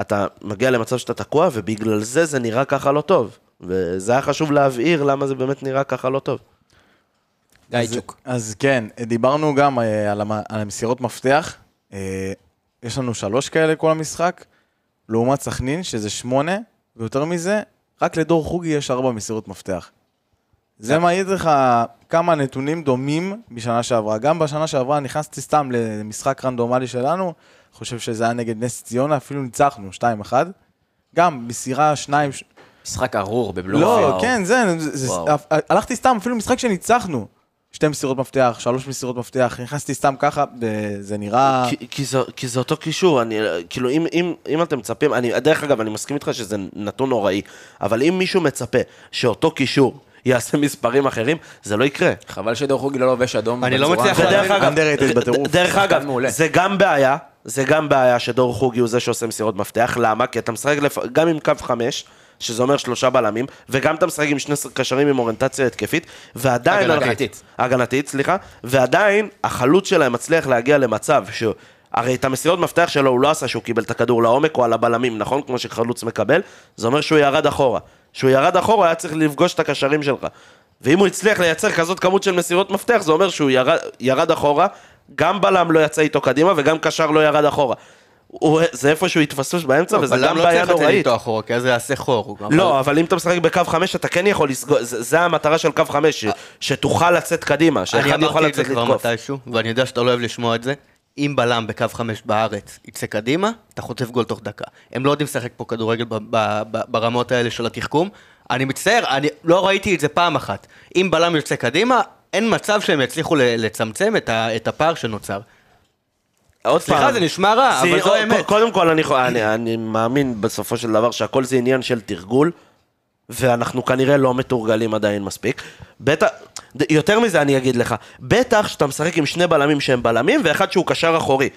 אתה מגיע למצב שאתה תקוע, ובגלל זה זה נראה ככה לא טוב. וזה היה חשוב להבהיר למה זה באמת נראה ככה לא טוב.
די,
אז-
צ'וק.
אז כן, דיברנו גם אה, על המ- על המסירות מפתח. אה, יש לנו שלוש כאלה כל המשחק, לעומת סכנין, שזה שמונה, ויותר מזה, רק לדור חוגי יש ארבע מסירות מפתח. זה מעיד לך כמה נתונים דומים משנה שעברה. גם בשנה שעברה נכנסתי סתם למשחק רנדומלי שלנו, חושב שזה היה נגד נס ציונה, אפילו ניצחנו, 2-1. גם מסירה שניים, ש-
משחק ארור
לא,
בבלומפילד.
כן, זה, זה- זה-
וואו.
אה, הלכתי סתם, אפילו משחק שניצחנו. שתי מסירות מפתח, שלוש מסירות מפתח, נכנסתי סתם ככה, ב- זה נראה...
כי, כי, זה, כי זה אותו קישור, אני, כאילו אם, אם, אם אתם מצפים, אני, דרך אגב, אני מסכים איתך שזה נתון נוראי, אבל אם מישהו מצפה שאותו קישור יעשה מספרים אחרים, זה לא יקרה.
חבל שדור חוגי לא לובש אדום.
אני לא
בצורה-
מצליח
אתה יודע,
ודרך אגב,
underrated בטירוף.
ד- דרך
שחקן
אגב,
מעולה.
זה גם בעיה, זה גם בעיה שדור חוגי הוא זה שעושה מסירות מפתח, למה? כי אתה משחק לפ... גם עם קו חמש, שזה אומר שלושה בלמים, וגם אתה משחק עם שני קשרים עם אוריינטציה התקפית, ועדיין...
הגנתית.
הגנתית, סליחה, ועדיין החלוץ שלהם מצליח להגיע למצב ש... הרי את המסירות מפתח שלו הוא לא עשה שהוא קיבל את הכדור לעומק או על הבלמים, נכון? כמו שחלוץ מקבל, זה אומר שהוא ירד אחורה. כשהוא ירד אחורה היה צריך לפגוש את הקשרים שלך. ואם הוא הצליח לייצר כזאת כמות של מסירות מפתח, זה אומר שהוא ירד, ירד אחורה, גם בלם לא יצא איתו קדימה וגם קשר לא ירד אחורה. הוא- זה איפה שהוא יתפספס באמצע, וזה גם
בלם לא
בעיה
צריך לתת
נוראית.
איתו אחורה, כי אז זה יעשה חור. הוא גם-
לא, אבל אם אתה משחק בקו חמש, אתה כן יכול לסגור, זה זה המטרה של קו חמש, ש- שתוכל לצאת קדימה,
אני
שאחד יוכל
אמרתי את זה
לצאת
כבר
לתקוף.
מתישהו, ואני יודע שאתה לא אוהב לשמוע את זה. אם בלם בקו חמש בארץ יצא קדימה, אתה חוטף גול תוך דקה. הם לא יודעים לשחק פה כדורגל ב- ב- ב- ברמות האלה של התחכום. אני מצטער, אני לא ראיתי את זה פעם אחת. אם בלם יוצא קדימה, אין מצב שהם יצליחו ל- לצמצם את ה- את הפער שנוצר.
עוד
סליחה,
פעם.
זה נשמע רע,
זה-
אבל זו
או-
האמת.
ק- קודם כל, אני חו- אני- אני מאמין בסופו של דבר שהכל זה עניין של תרגול, ואנחנו כנראה לא מתורגלים עדיין מספיק. בטח, ד- יותר מזה אני אגיד לך, בטח שאתה משחק עם שני בלמים שהם בלמים ואחד שהוא קשר אחורי.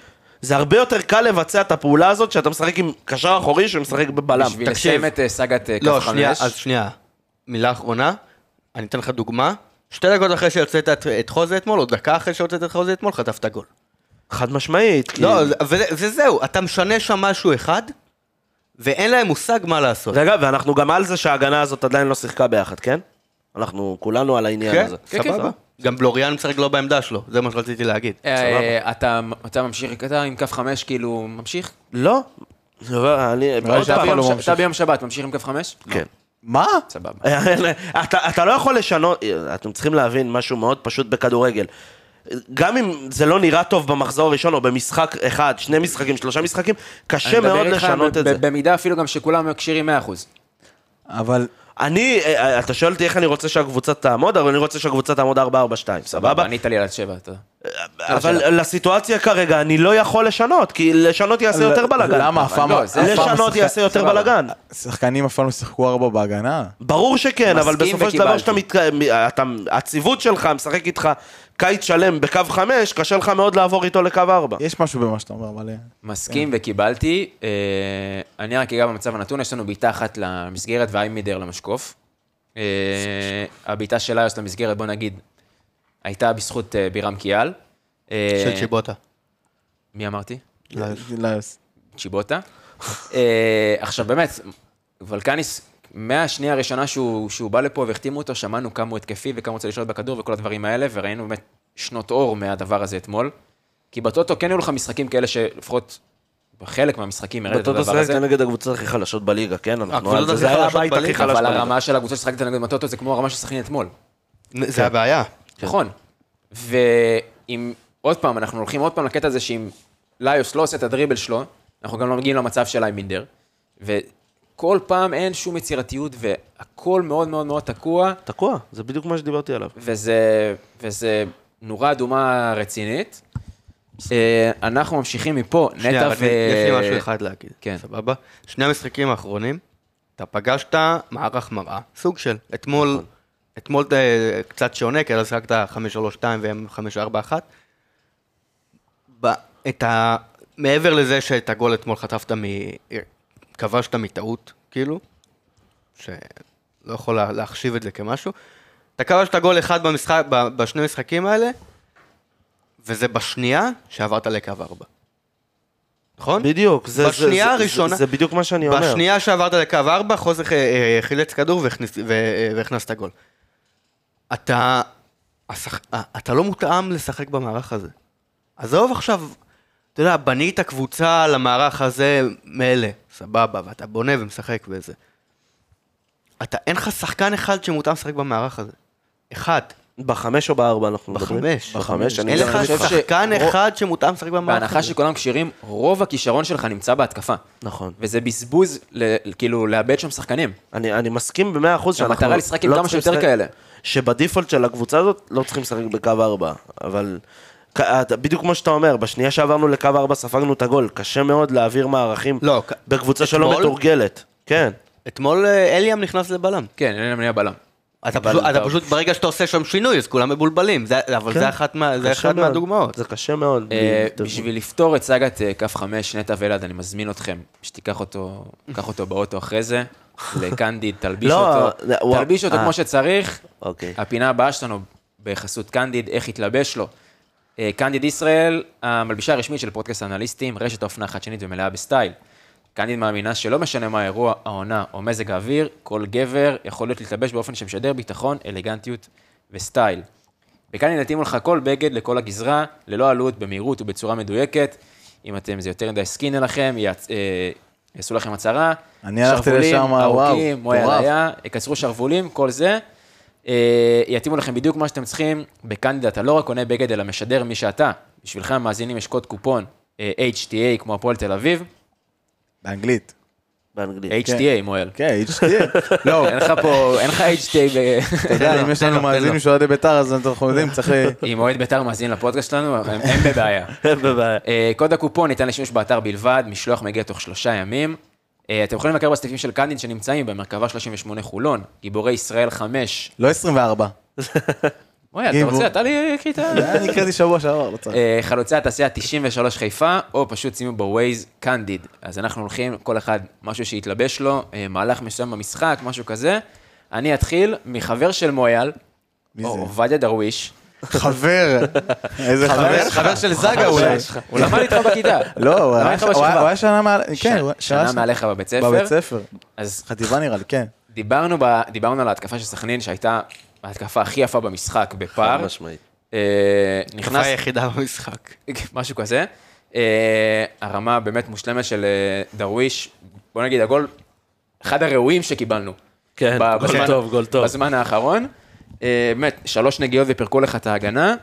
זה הרבה יותר קל לבצע את הפעולה הזאת שאתה משחק עם קשר אחורי שמשחק בבלם.
בשביל
תקשיב.
לסיים את אה, סאגת אה,
לא,
כף
שנייה,
חמש.
אז שנייה. מילה אחרונה, אני אתן לך דוגמה. שתי דקות אחרי שהוצאת את- את חוזה אתמול, או דקה אחרי שהוצאת את חוזה אתמול, חטפת גול.
חד משמעית. כי-
לא, וזה- וזהו, אתה משנה שם משהו אחד, ואין להם מושג מה לעשות.
רגע, ואנחנו גם על זה שההגנה הזאת עדיין לא שיחקה ביחד, כן? אנחנו כולנו על העניין
כן,
הזה.
כן, כן.
סבבה. גם בלוריאן משחק לא בעמדה שלו, זה מה שרציתי להגיד.
אה, אה, אתה אתה ממשיך, אתה עם כף חמש, כאילו, ממשיך?
לא. אני, עוד
אתה
פעם,
ביום
לא
ש-
ממשיך.
אתה ביום שבת, ממשיך עם כף חמש?
כן.
מה?
סבבה.
אתה, אתה לא יכול לשנות, אתם צריכים להבין משהו מאוד פשוט בכדורגל. גם אם זה לא נראה טוב במחזור הראשון או במשחק אחד, שני משחקים, שלושה משחקים, קשה
אני מדבר
מאוד
איתך
לשנות
ב-
את זה.
ב- במידה אפילו גם שכולם כשירים 100%.
אבל
אני, אה, אה, אתה שואל אותי איך אני רוצה שהקבוצה תעמוד, אבל אני רוצה שהקבוצה תעמוד 4-4-2, סבבה?
ענית לי על שבע, אתה יודע.
אבל לסיטואציה כרגע אני לא יכול לשנות, כי לשנות יעשה יותר בלאגן.
למה? אף פעם-
לא, זה-
אף פעם
לשנות
השחק-
יעשה יותר
סבבה.
בלאגן.
שחקנים אף פעם לא שיחקו ארבע בהגנה.
ברור שכן, אבל
מסכים
בסופו של דבר
וקיבלתי.
שאתה מת... אתה... הציוות שלך משחק איתך קיץ שלם בקו חמש, קשה לך מאוד לעבור איתו לקו ארבע.
יש משהו במה שאתה אומר, אבל... אה,
כן.
מסכים וקיבלתי. אה, אני רק אגע במצב הנתון, יש לנו בעיטה אחת למסגרת ואיימידר למשקוף. אה, הבעיטה של איוס למסגרת, בוא נגיד, הייתה בזכות אה, בירם קיאל. אה,
של צ'יבוטה.
מי אמרתי?
ליוס.
צ'יבוטה. אה, עכשיו באמת, ולקניס, מהשנייה הראשונה שהוא, שהוא בא לפה והחתימו אותו, שמענו כמה הוא התקפי וכמה הוא רוצה לשלוט בכדור וכל הדברים האלה, וראינו באמת שנות אור מהדבר הזה אתמול. כי בטוטו כן היו לך משחקים כאלה שלפחות בחלק מהמשחקים הראית את
אתה
הדבר הזה.
תשחק נגד הקבוצות הכי חלשות בליגה, כן? אנחנו על
הקבוצות
זה,
הכי
זה היה
חלשות
הבית הכי
בליגה,
חלש
אבל
בליגה.
הרמה של הקבוצה ששחקת נגד בטוטו זה כמו הרמה של סכנין אתמול. כן.
זה הבעיה.
נכון. ואם, עוד פעם, אנחנו הולכים עוד פעם לקטע הזה שאם ליוס לא עושה את הדריבל שלו, אנחנו גם לא מגיעים למצב של איימינדר. וכל פעם אין שום יצירתיות, והכל מאוד מאוד מאוד תקוע,
תקוע, זה בדיוק מה שדיברתי עליו.
וזה, וזה נורה אדומה רצינית. אה, אנחנו ממשיכים מפה,
שנייה,
נטע
אבל
ו...
יש לי משהו אחד להגיד.
כן.
סבבה? שני המשחקים האחרונים, אתה פגשת מערך מראה, סוג של.
נכון.
אתמול, אתמול אה, קצת שונה, כי אז שיחקת 5-3-2 והם 5-4-1. ב- את ה... מעבר לזה שאת הגול אתמול חטפת מ... כבשת מטעות, כאילו, שלא לא יכול לה- להחשיב את זה כמשהו. אתה כבשת גול אחד במשחק, ב- בשני משחקים האלה, וזה בשנייה שעברת לקו ארבע. נכון?
בדיוק, זה- זה-
בשנייה
זה-
הראשונה-
זה- זה בדיוק מה שאני אומר.
בשנייה שעברת לקו 4, חוזך אה, אה, חילץ כדור והכניס- ו- אה, והכנסת גול. אתה... השח... אה, אתה לא מותאם לשחק במערך הזה. עזוב עכשיו, אתה יודע, בנית קבוצה למערך הזה מאלה, סבבה, ואתה בונה ומשחק וזה. אתה, אין לך שחקן אחד שמותאם לשחק במערך הזה. אחד.
בחמש או בארבע אנחנו מדברים?
בחמש.
בחמש, אני לא
אין
גם
לך
איתך.
ש-
שחקן
רוב-
אחד שמותאם לשחק במערך
בהנחה
הזה.
שכולם כשירים, רוב הכישרון שלך נמצא בהתקפה.
נכון.
וזה בזבוז, ל- כאילו, לאבד שם שחקנים.
אני, אני מסכים במאה אחוז שאנחנו...
המטרה לשחק עם
לא
כמה
צריכים
שיותר
לשחק-
כאלה.
שבדיפולט של הקבוצה הזאת לא צריכים לשחק בקו ארבע, אבל... כ- אתה- בדיוק כמו שאתה אומר, בשנייה שעברנו לקו ארבע ספגנו את הגול, קשה מאוד להעביר מערכים
לא, כ-
בקבוצה שלא
אתמול?
מתורגלת. כן.
אתמול אה, אליאם נכנס לבלם.
כן, אין להם מניע בלם.
אתה פשוט, אתה פשוט, ברגע שאתה עושה שם שינוי, אז כולם מבולבלים, זה, אבל זה אחת, מה, זה
קשה
אחת
מאוד.
מהדוגמאות.
זה קשה מאוד.
אה,
בלי-
בשביל לפתור את סאגת אה, כף חמש, נטע ואלעד, אני מזמין אתכם שתיקח אותו, קח אותו באוטו אחרי זה, לקנדיד, תלביש
לא,
אותו,
זה- וואו,
תלביש אותו
אה.
כמו שצריך.
אוקיי.
הפינה הבאה שלנו בחסות קנדיד, איך התלבש לו. אה, קנדיד ישראל, המלבישה הרשמית של פודקאסט האנליסטים, רשת אופנה חדשנית ומלאה בסטייל. קנדיד מאמינה שלא משנה מה האירוע, העונה או מזג האוויר, כל גבר יכול להיות להתלבש באופן שמשדר ביטחון, אלגנטיות וסטייל. וכאן יתאימו לך כל בגד לכל הגזרה, ללא עלות, במהירות ובצורה מדויקת. אם אתם, זה יותר מדי סקינר לכם, יעצ- אה, יעשו לכם הצהרה.
אני הלכתי
שרוולים,
לשם, וואו,
ארוכים, מועל
מטורף.
היה, יקצרו שרוולים, כל זה. אה, יתאימו לכם בדיוק מה שאתם צריכים. בקנדידה אתה לא רק קונה בגד, אלא משדר מי שאתה. בשבילכם המאזינים יש קוד קופון אה, HTA, כמו הפועל תל אביב.
באנגלית.
באנגלית.
HTA, מועל.
כן, HTA. לא,
אין לך פה, אין לך HTA. ב-
אתה יודע, אם יש לנו מאזינים של אוהדי בית"ר, אז אנחנו יודעים, צריך... אה,
אם אוהד בית"ר מאזין לפודקאסט שלנו, הם הם בבעיה.
בבעיה.
אה, קוד הקופון ניתן לשימוש באתר בלבד, משלוח מגיע תוך שלושה ימים. אה, אתם יכולים לבקר בסניפים של קנדין שנמצאים במרכבה 38 חולון, גיבורי ישראל 5.
לא 24.
אוי, אתה
גיבור.
רוצה? אתה לי קליטה.
אני הקראתי שבוע שעבר, לא צריך.
אה, חלוצי התעשייה 93 חיפה, או פשוט שימו בווייז קנדיד. אז אנחנו הולכים, כל אחד, משהו שהתלבש לו, אה, מהלך מסוים במשחק, משהו כזה. אני אתחיל מחבר של מויאל,
מי
או
זה?
עובדיה דרוויש.
חבר. איזה חבר? חבר של זאגה אולי.
אה, הוא למד איתך בכיתה.
לא, הוא
למד
היה-
איתך
הוא היה
בשכבה.
הוא היה שנה מעל... כן,
ש-
הוא היה
שנה מעליך בבית ספר.
בבית ספר.
אז
חטיבה נראה לי, כן.
דיברנו, ב, דיברנו על ההתקפה של סכנין, שהייתה ההתקפה הכי יפה במשחק בפער.
משמעית.
אה, נכנס,
היחידה במשחק.
משהו כזה. אה, הרמה באמת מושלמת של אה, דרוויש, בוא נגיד הגול, אחד הראויים שקיבלנו.
כן,
ב-
גול טוב, גול טוב.
בזמן האחרון. אה, באמת, שלוש נגיעות ופירקו לך את ההגנה.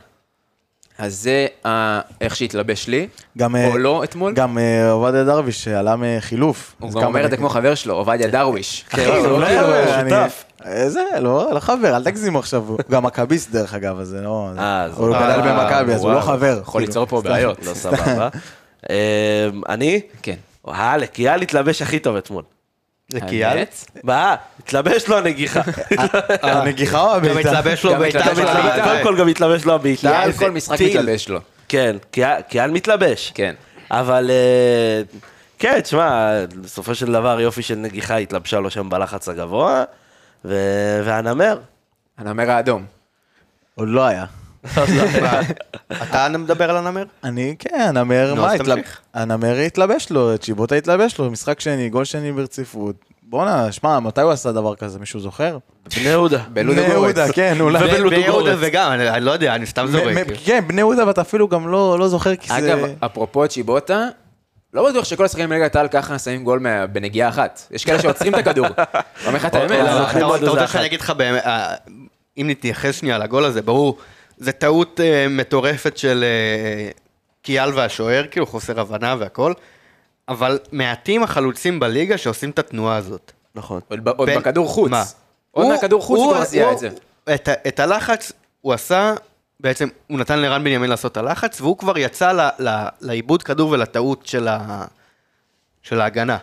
אז זה ה- איך שהתלבש לי,
גם... אה,
או לא אתמול.
גם אה, עובדיה דרביש שעלה מחילוף.
הוא
אז
גם
כמה
אומר את זה
אני-
כמו חבר שלו, עובדיה דרוויש. אוקיי.
כן,
אחי,
הוא
לא
לא
כאילו,
חבר,
אני-
שותף.
איזה, לא, לא חבר, אל תגזימו עכשיו. הוא גם מכביסט דרך אגב, אז זה לא...
אה, אז-
הוא
אה,
גדל במכבי, אז הוא לא
וואו.
חבר.
יכול
כאילו.
ליצור פה בעיות.
לא סבבה. אה, אני?
כן.
וואלה, קיאל התלבש הכי טוב אתמול.
זה קיאל?
האמת?
מה? התלבש לו הנגיחה.
אה,
הנגיחה או
גם
הבעיטה?
התלבש לו
גם
בעיטה
התלבש לו
של
בעיטה.
קודם כל גם התלבש לו הבעיטה.
קיאל
זה
כל משחק
טיל.
מתלבש לו.
כן, קיאל- קיאל מתלבש.
כן.
אבל... אה, כן, תשמע, בסופו של דבר יופי של נגיחה התלבשה לו שם בלחץ הגבוה, ו- והנמר.
הנמר האדום.
עוד לא היה.
אתה מדבר על הנמר?
אני, כן, הנמר,
נו,
מה,
אז
התלב-
תמשיך.
הנמר התלבש לו, צ'יבוטה התלבש לו, משחק שני, גול שני ברציפות. בואנה, שמע, מתי הוא עשה דבר כזה, מישהו זוכר?
בני יהודה.
בלודה
בני
גורץ.
יהודה, כן, אולי.
ו- בלודוגורץ.
ביהודה וגם, אני אני לא יודע, אני סתם זורק.
מ- מ- כן, בני יהודה, ואתה אפילו גם לא לא זוכר, כי זה...
אגב, אפרופו צ'יבוטה, לא בטוח שכל השחקנים בליגת העל ככה שמים גול מה- בנגיעה אחת. יש כאלה שעוצרים את הכדור. אומר לך את האמת.
לא,
אלא
אתה-
אנחנו
אתה
מאוד
רוצה
עוזר
שאני
אחת.
אגיד לך, באמת, אה, אם נתייחס שנייה לגול הזה, ברור, זה טעות אה, מטורפת של אה, קיאל והשוער, כאילו חוסר הבנה והכל, אבל מעטים החלוצים בליגה שעושים את התנועה הזאת.
נכון.
עוד ב- עוד
בן-
בכדור חוץ.
מה?
עוד
הוא-
מהכדור חוץ הוא כבר זיהה את זה.
את ה- את הלחץ הוא עשה, בעצם הוא נתן לרן בנימין לעשות את הלחץ, והוא כבר יצא ל- ל- לאיבוד כדור ולטעות של ה- של ההגנה.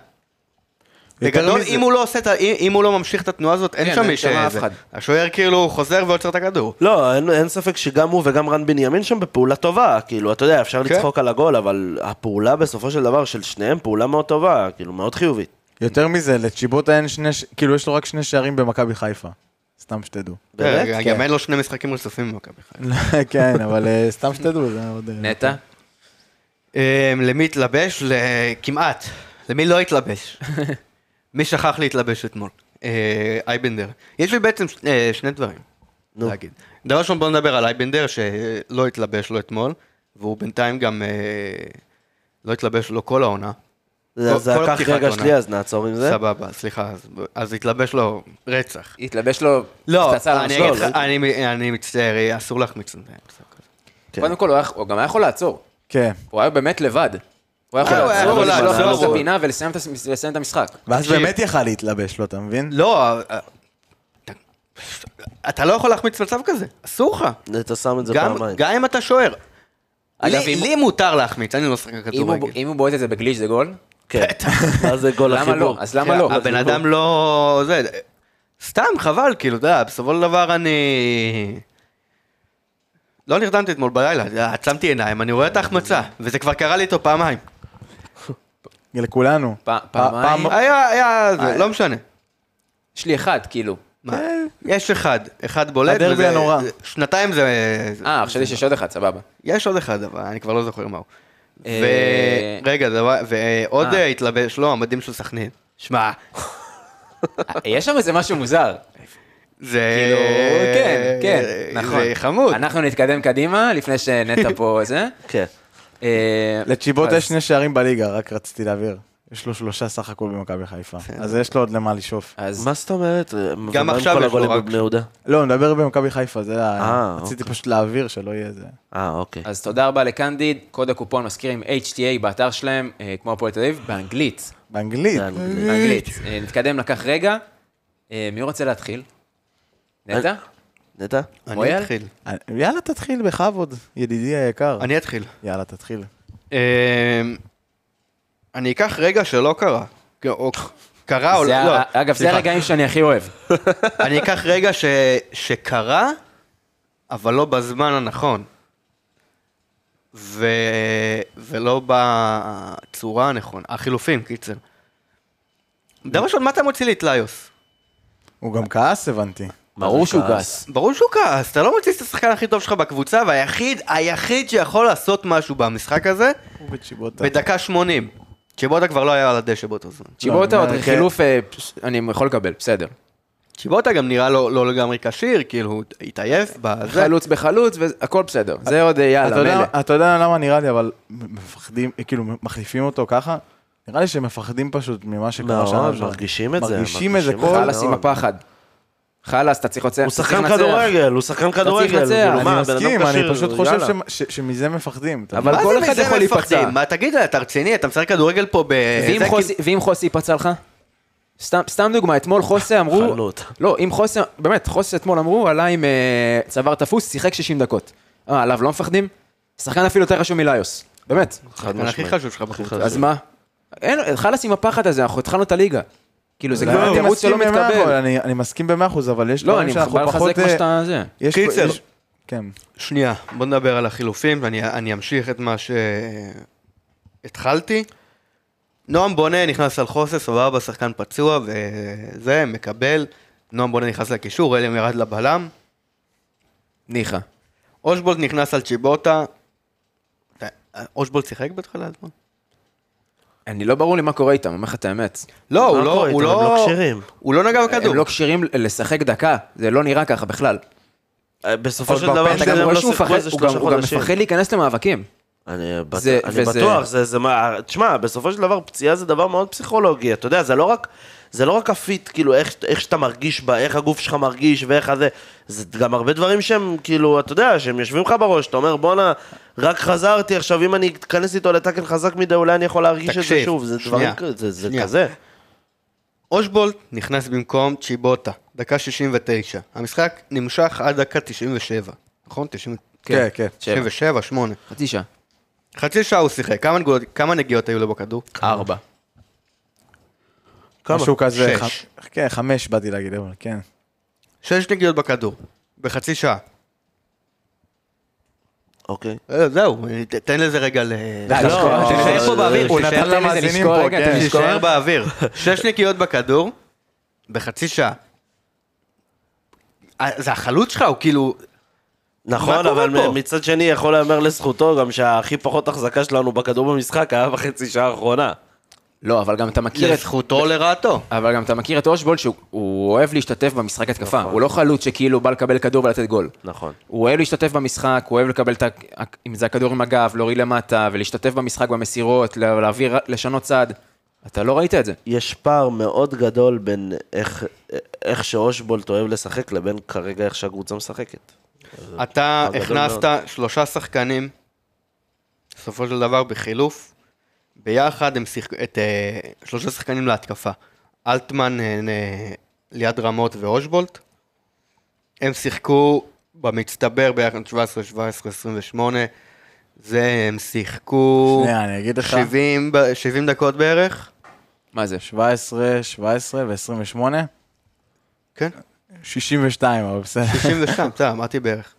יותר
בגדול,
מזה-
אם הוא לא עושה את ה... אם אם הוא לא ממשיך את התנועה הזאת, אין
כן,
שם
אין
מי ש...
שם אף
זה.
אחד.
השוער כאילו חוזר ועוצר את הכדור.
לא, אין, אין ספק שגם הוא וגם רן בנימין שם בפעולה טובה, כאילו, אתה יודע, אפשר
כן.
לצחוק על הגול, אבל הפעולה בסופו של דבר של שניהם פעולה מאוד טובה, כאילו, מאוד חיובית.
כן,
יותר מזה, לצ'יבוטה אין שני... ש- כאילו, יש לו רק שני שערים במכבי חיפה. סתם שתדעו.
באמת?
רגע,
כן.
גם אין לו שני משחקים רצופים במכבי חיפה.
כן, אבל אה, סתם שתדעו, זה עוד... אה,
נטע?
אמ, למי התלבש? ל- כמעט. למי לא התלבש? מי שכח להתלבש אתמול? אה, אייבנדר. יש לי בעצם ש- אה, שני דברים
נו.
להגיד. דבר ראשון, בוא נדבר על אייבנדר שלא התלבש לו אתמול, והוא בינתיים גם אה, לא התלבש לו כל העונה.
זה,
כל-
זה
כל
לקח
פתיחת
רגע
עונה.
שלי, אז נעצור עם זה.
סבבה, סליחה, אז- אז התלבש לו רצח.
התלבש לו
לא,
פצצה על
אני אגיד לך,
המשקול.
אני- אני מצטער, אה, אסור להחמיץ את זה.
כן.
קודם כל, הוא היה- הוא גם היה יכול לעצור.
כן.
הוא היה באמת לבד. הוא היה יכול
אה, הוא היה
לעצור,
יכול
לשלוח
לעצור,
לו את
הוא-
הפינה ולסיים את הס- לסיים את המשחק.
ואז
תקשיב.
באמת יכל להתלבש לו, אתה מבין?
לא, אה, אה, אתה- אתה לא יכול להחמיץ מצב כזה, אסור לך.
אתה שם את זה
גם,
פעמיים.
גם אם אתה שוער.
אגב,
לי,
אם-
לי מותר להחמיץ, אני לא שחקן
אם הוא-
כדורגל.
אם הוא בועט את זה בגליץ' זה גול?
כן. מה זה גול
למה
החיבור?
לא? אז למה לא?
הבן אדם לא... זה... סתם, חבל, כאילו, אתה יודע, בסופו של דבר אני... לא נרדמתי אתמול בלילה, אתה יודע, עצמתי עיניים, אני רואה את ההחמצה, וזה כבר קרה לי איתו פעמיים.
לכולנו.
פ- פעמיים?
פעם-
היה, היה, זה, לא משנה.
יש לי אחד, כאילו.
מה? יש אחד, אחד בולט,
הדרבי
וזה-
הנורא.
זה- שנתיים זה... זה-
אה, חשבתי שיש עוד אחד, סבבה.
יש עוד אחד, אבל אני כבר לא זוכר מהו.
אה,
ורגע, דבר- ועוד
אה.
אה, התלבש לו המדים של סכנין. שמע,
יש שם איזה משהו מוזר.
זה...
כאילו, כן, כן,
אה, זה-
נכון.
זה חמוד.
אנחנו נתקדם קדימה, לפני שנטע פה זה.
כן.
אה,
לצ'יבוט
אז-
יש שני שערים בליגה, רק רציתי להבהיר. יש לו שלושה סך הכל במכבי חיפה. אז יש לו עוד למה לשאוף.
אז
מה זאת אומרת? ומה עם
עכשיו
כל
יש לו
הגולים
רק-
בבני יהודה?
לא, נדבר במכבי חיפה, זה ה...
אה,
רציתי פשוט להבהיר שלא יהיה זה.
אה, אוקיי.
אז תודה רבה לקנדיד, קוד הקופון מזכיר עם HTA באתר שלהם, אה, כמו הפועל תל אביב, באנגלית.
באנגלית.
זה אנגלית.
באנגלית. אה, נתקדם, לקח רגע. אה, מי רוצה להתחיל?
אה,
נטע?
נטע?
מויאל?
אני אתחיל.
יאללה, תתחיל בכבוד, ידידי היקר.
אני אתחיל.
יאללה, תתחיל.
אמ, אני אקח רגע שלא קרה. ק- או קרה או
לא, זה
לא.
ה- אגב, זה
סליחה.
הרגעים שאני הכי אוהב.
אני אקח רגע ש- שקרה, אבל לא בזמן הנכון. ו... ולא בצורה הנכונה. החילופים, קיצר. דבר ראשון, מה אתה מוציא לי את ליוס?
הוא גם כעס, הבנתי.
ברור שהוא
כעס?
כעס.
ברור שהוא כעס, אתה לא מוציא את השחקן הכי טוב שלך בקבוצה, והיחיד, היחיד שיכול לעשות משהו במשחק הזה,
הוא בצ'יבוטה.
בדקה 80. צ'יבוטה כבר לא היה על הדשא באותו זמן.
צ'יבוטה עוד
כן.
אני-
חילוף, אה, פס- אני יכול לקבל, בסדר.
צ'יבוטה גם נראה לא, לא לגמרי כשיר, כאילו הוא התעייף בזה.
חלוץ בחלוץ, והכל בסדר. זה עוד, אה,
אתה
יאללה,
יודע-
מילא.
אתה יודע למה נראה לי, אבל מפחדים, כאילו, מחליפים אותו ככה? נראה לי שהם מפחדים פשוט ממה שקרה שנה
מאוד,
שעברה.
מרגישים את זה.
מרגישים לא, את זה כל...
חלאס עם הפחד. חלאס, אתה צריך לצאת,
הוא
אתה צריך
שחקן
לנצח.
כדורגל, הוא שחקן כדורגל.
לנצח.
כאילו, מה,
אני
הבן אדם
מסכים, אני
כשיר,
פשוט חושב
יאללה.
ש- ש- שמזה מפחדים. אתה
אבל
יודע?
מה
כל
זה
אחד
מזה
יכול
מפחדים?
להיפצע.
מה, תגיד, אתה רציני? אתה משחק כדורגל פה ב...
ואם
זה
חוסי-
כאילו-
ואם חוסי ייפצע לך? סתם, סתם דוגמה, אתמול חוסה אמרו...
חלוט.
לא, אם חוסה, באמת, חוסה אתמול אמרו, עלה עם אה, צוואר תפוס, שיחק 60 דקות. אה, עליו לא מפחדים? שחקן אפילו יותר חשוב מליוס. באמת.
חד
השחקן הכי
משמעית.
חשוב שלך בחוץ.
אז מה? אין, חלאס עם הפחד הזה, אנחנו התחלנו את הליגה. כאילו, זה כבר
אני
תירוץ שלא
לא, מסכים במאה אחוז,
מתקבל.
אני- אני מסכים במאה אחוז, אבל יש
לא,
דברים
אני
שאנחנו
בא
פחות...
לחזק מה
אה,
שאתה... זה.
יש פה-
קיצר.
יש- כן.
שנייה, בוא נדבר על החילופים, ואני אני אמשיך את מה שהתחלתי. נועם בונה נכנס על חוסס, סבבה, שחקן פצוע, וזה, מקבל. נועם בונה נכנס לקישור, אלם ירד לבלם.
ניחא.
אושבולט נכנס על צ'יבוטה. אה, אושבולט שיחק בהתחלה אתמול?
אני לא ברור לי מה קורה איתם, אני אומר לך את האמת.
לא, הוא
מה
לא,
קורה
הוא
איתם? הם לא
לא,
כשירים.
הוא לא נגע בכדור.
הם לא כשירים לשחק דקה, זה לא נראה ככה בכלל.
אה, בסופו
עוד
של
בפנדל,
דבר,
אתה גם
שניהם
רואה
לא
שהוא
שיחקו
מפחד-
איזה
הוא גם-
שלושה
הוא גם
חודשים.
מפחד להיכנס למאבקים.
אני, בט...
זה-
אני
וזה-
בטוח, זה, זה מה, תשמע, בסופו של דבר פציעה זה דבר מאוד פסיכולוגי, אתה יודע, זה לא רק, זה לא רק הפיט, כאילו, איך, איך שאתה מרגיש בה, איך הגוף שלך מרגיש ואיך הזה, זה גם הרבה דברים שהם, כאילו, אתה יודע, שהם יושבים לך בראש, אתה אומר, בואנה, רק חזרתי, עכשיו אם אני אתכנס איתו לטאקל חזק מדי, אולי אני יכול להרגיש את זה
תקשיב,
שוב, זה
שנייה,
דברים, כ- זה, זה
שנייה.
כזה.
אושבולט נכנס במקום צ'יבוטה, דקה 69. המשחק נמשך עד דקה 97, נכון? 90...
כן, כן.
97, 8.
חצי שעה.
חצי שעה הוא שיחק, כמה, נגוד... כמה נגיעות היו לו בכדור?
ארבע.
כמה?
משהו כזה...
שש.
ח- כן, חמש באתי להגיד, אבל כן.
שש נגיעות בכדור, בחצי שעה.
אוקיי.
אה, זהו, ת- תן לזה רגע ל...
לא,
לא,
תישאר פה
זה-
באוויר,
הוא
תישאר-
נתן למאזינים פה, רגע,
כן.
תן לי לזכור.
תישאר באוויר. שש נגיעות בכדור, בחצי שעה. אה, זה החלוץ שלך, הוא כאילו...
נכון,
מה קורה
אבל
פה?
מצד שני יכול להיאמר לזכותו גם שהכי פחות החזקה שלנו בכדור במשחק היה בחצי שעה האחרונה.
לא, אבל גם אתה מכיר את...
לזכותו או לרעתו.
אבל גם אתה מכיר את אושבולד שהוא הוא אוהב להשתתף במשחק התקפה. הוא לא חלוץ שכאילו בא לקבל כדור ולתת גול.
נכון.
הוא אוהב להשתתף במשחק, הוא אוהב לקבל את ה... אם זה הכדור עם הגב, להוריד למטה, ולהשתתף במשחק במסירות, לה- להעביר, לשנות צד. אתה לא ראית את זה.
יש פער מאוד גדול בין איך, איך שאושבולט אוהב לשחק לבין כרגע איך שהקבוצה משחקת.
אתה
גדול
הכנסת שלושה שחקנים, בסופו של דבר בחילוף, ביחד הם שיחקו את אה, שלושה שחקנים להתקפה. אלטמן, אה, אה, ליד רמות ואושבולט. הם שיחקו במצטבר ביחד 17, 17, 28. זה הם שיחקו
שנייה, אני אגיד לך.
70, ב- 70 דקות בערך.
מה זה?
17, 17 ו-28,
כן,
62, אבל בסדר.
62, בסדר, אמרתי בערך.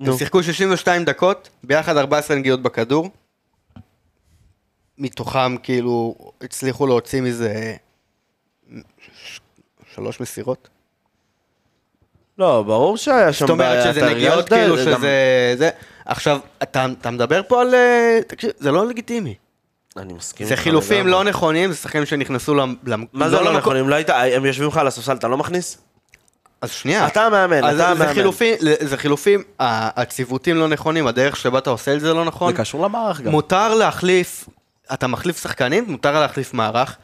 הם שיחקו 62 דקות, ביחד 14 נגיעות בכדור. מתוכם כאילו הצליחו להוציא מזה ש- שלוש מסירות.
לא, ברור שהיה שם
זאת אומרת שזה
אתה
נגיעות
הרגשת
כאילו
את זה גם-
שזה... זה. עכשיו, אתה אתה מדבר פה על... אה, תקשיב, זה לא לגיטימי.
אני מסכים.
זה
איתך
חילופים
כן, לגמרי.
לא נכונים, זה שחקנים שנכנסו למ... למ-
מה זה לא
למקום-
נכונים? לא היית- הם יושבים לך על הספסל, אתה לא מכניס?
אז שנייה.
אתה המאמן,
אה, אז-
אתה
זה
המאמן.
חילופים, זה חילופים, ה- הציוותים לא נכונים, הדרך שבה אתה עושה את זה לא נכון.
זה קשור למערך גם.
מותר להחליף, אתה מחליף שחקנים, מותר להחליף מערך.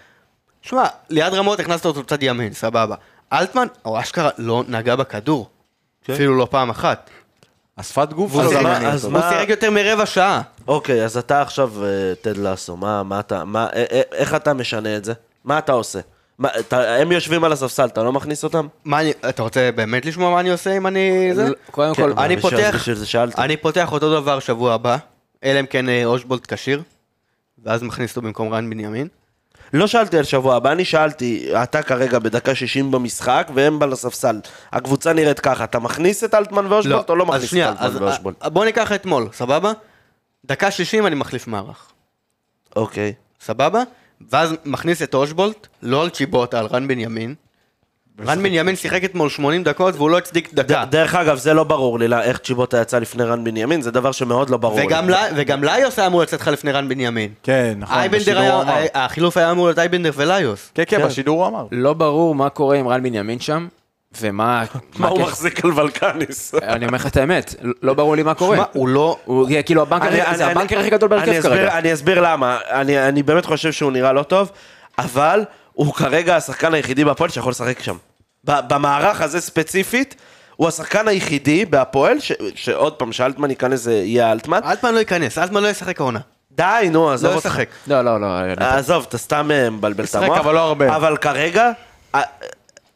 שמע, ליד רמות הכנסת אותו צד ימין, סבבה. אלטמן, הוא אשכרה לא נגע בכדור.
כן.
אפילו לא פעם אחת.
השפת גוף
הוא
שלו
אז
גם
מה-
מעניינת
אז
אותו.
הוא
לא מה-
שיחק יותר מרבע שעה.
אוקיי, אז אתה עכשיו אה, טד לאסו, מה, מה אתה, מה, א- א- איך אתה משנה את זה? מה אתה עושה? מה, אתה, הם יושבים על הספסל, אתה לא מכניס אותם?
מה אני, אתה רוצה באמת לשמוע מה אני עושה אם אני... זה?
קודם כל,
כן, אבל
אני
בשביל-
פותח-
בשביל זה שאלתי.
אני פותח אותו דבר שבוע הבא, אלא אם כן אה, אושבולט כשיר, ואז מכניס אותו במקום רן בנימין.
לא שאלתי על שבוע הבא, אני שאלתי, אתה כרגע בדקה 60 במשחק, והם על הספסל. הקבוצה נראית ככה, אתה מכניס את אלטמן ואושבולט או לא
אז
מכניס את
שנייה,
אלטמן
אז,
ואושבולט?
אה, בוא ניקח אתמול, סבבה? דקה 60 אני מחליף מערך,
אוקיי.
סבבה? ואז מכניס את אושבולט, לא על צ'יבוטה, על רן בנימין. רן בנימין שיחק אתמול 80 דקות והוא לא הצדיק דקה.
דרך אגב, זה לא ברור לי, לא, איך צ'יבוטה יצא לפני רן בנימין, זה דבר שמאוד לא ברור לי.
וגם לי- וגם ליוס היה אמור לצאת לך לפני רן בנימין.
כן, נכון.
אייבנדר
בשידור הוא אמר.
היה, אה, החילוף היה אמור להיות אייבנדר וליוס.
כן, כן,
כן.
בשידור הוא אמר.
לא ברור מה קורה עם רן בנימין שם, ומה...
מה הוא
הקשר-
מחזיק על ולקניס?
אני אומר לך את האמת, לא ברור לי מה קורה.
מה, הוא לא...
הוא יהיה כאילו הבנקר,
אני-
זה
אני-
הבנקר הכי גדול
אני
בהרכב
אסביר-
כרגע.
אני אסביר למה, אני אני באמת חושב שהוא נראה לא טוב, אבל הוא כרגע השחקן היחידי בהפועל שיכול לשחק שם. ב- במערך הזה ספציפית, הוא השחקן היחידי בהפועל, ש- שעוד פעם, שאלטמן ייכנס, זה יהיה אלטמן.
אלטמן לא ייכנס, אלטמן לא ישחק העונה.
די, נו, עזוב
לא
אותך.
ישחק.
לא, לא, לא.
עזוב, אתה סתם אה, מבלבל את
משחק,
המוח.
אבל לא הרבה.
אבל כרגע, אה,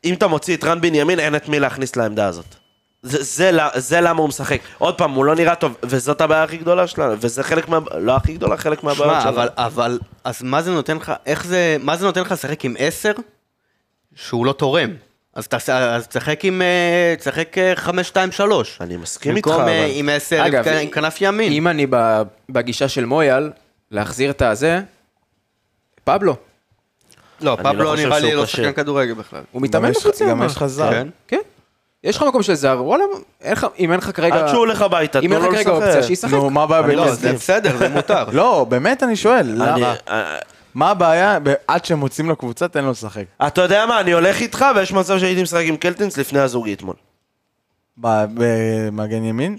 אם אתה מוציא את רן בנימין, אין את מי להכניס לעמדה הזאת. זה, זה, ל- זה למה הוא משחק. עוד פעם, הוא לא נראה טוב, וזאת הבעיה הכי גדולה שלנו, וזה חלק מה... לא הכי גדולה, חלק מהבעיות
שמע,
שלנו.
אבל, אבל, אז מה זה נותן לך, איך זה, מה זה נותן לך לשחק עם עשר שהוא לא תורם? אז תעשה- אז תשחק עם, אה, תשחק אה, חמש, שתיים, שלוש.
אני מסכים איתך,
במקום אה,
אבל-
עם עשר, עם
אגב,
כ- עם כנף ימין.
אם אני ב- בגישה של מויאל, להחזיר את הזה, פבלו.
לא,
אני לא
פבלו
חושב
נראה לי
שהוא
לא
כשיר.
שחקן כדורגל בכלל.
הוא מתאמן
גם יש-
בחוץ
גם
מה?
יש לך זר.
כן?
כן. יש לך מקום של זר, וואלה, אין לך- אם אין לך כרגע...
עד שהוא לא- הולך הביתה,
אם
תנו
אין לך
לו
כרגע
לשחק.
אופציה, שישחק.
נו, מה הבעיה
לא,
בקלסטין?
זה בסדר, זה מותר.
לא, באמת אני שואל,
אני-
למה?
אה,
מה הבעיה? ב- עד שהם מוצאים לקבוצה, תן לו לשחק.
אתה יודע מה, אני הולך איתך, ויש מצב שהייתי משחק עם קלטינס לפני הזוגי אתמול.
ב- במגן ימין?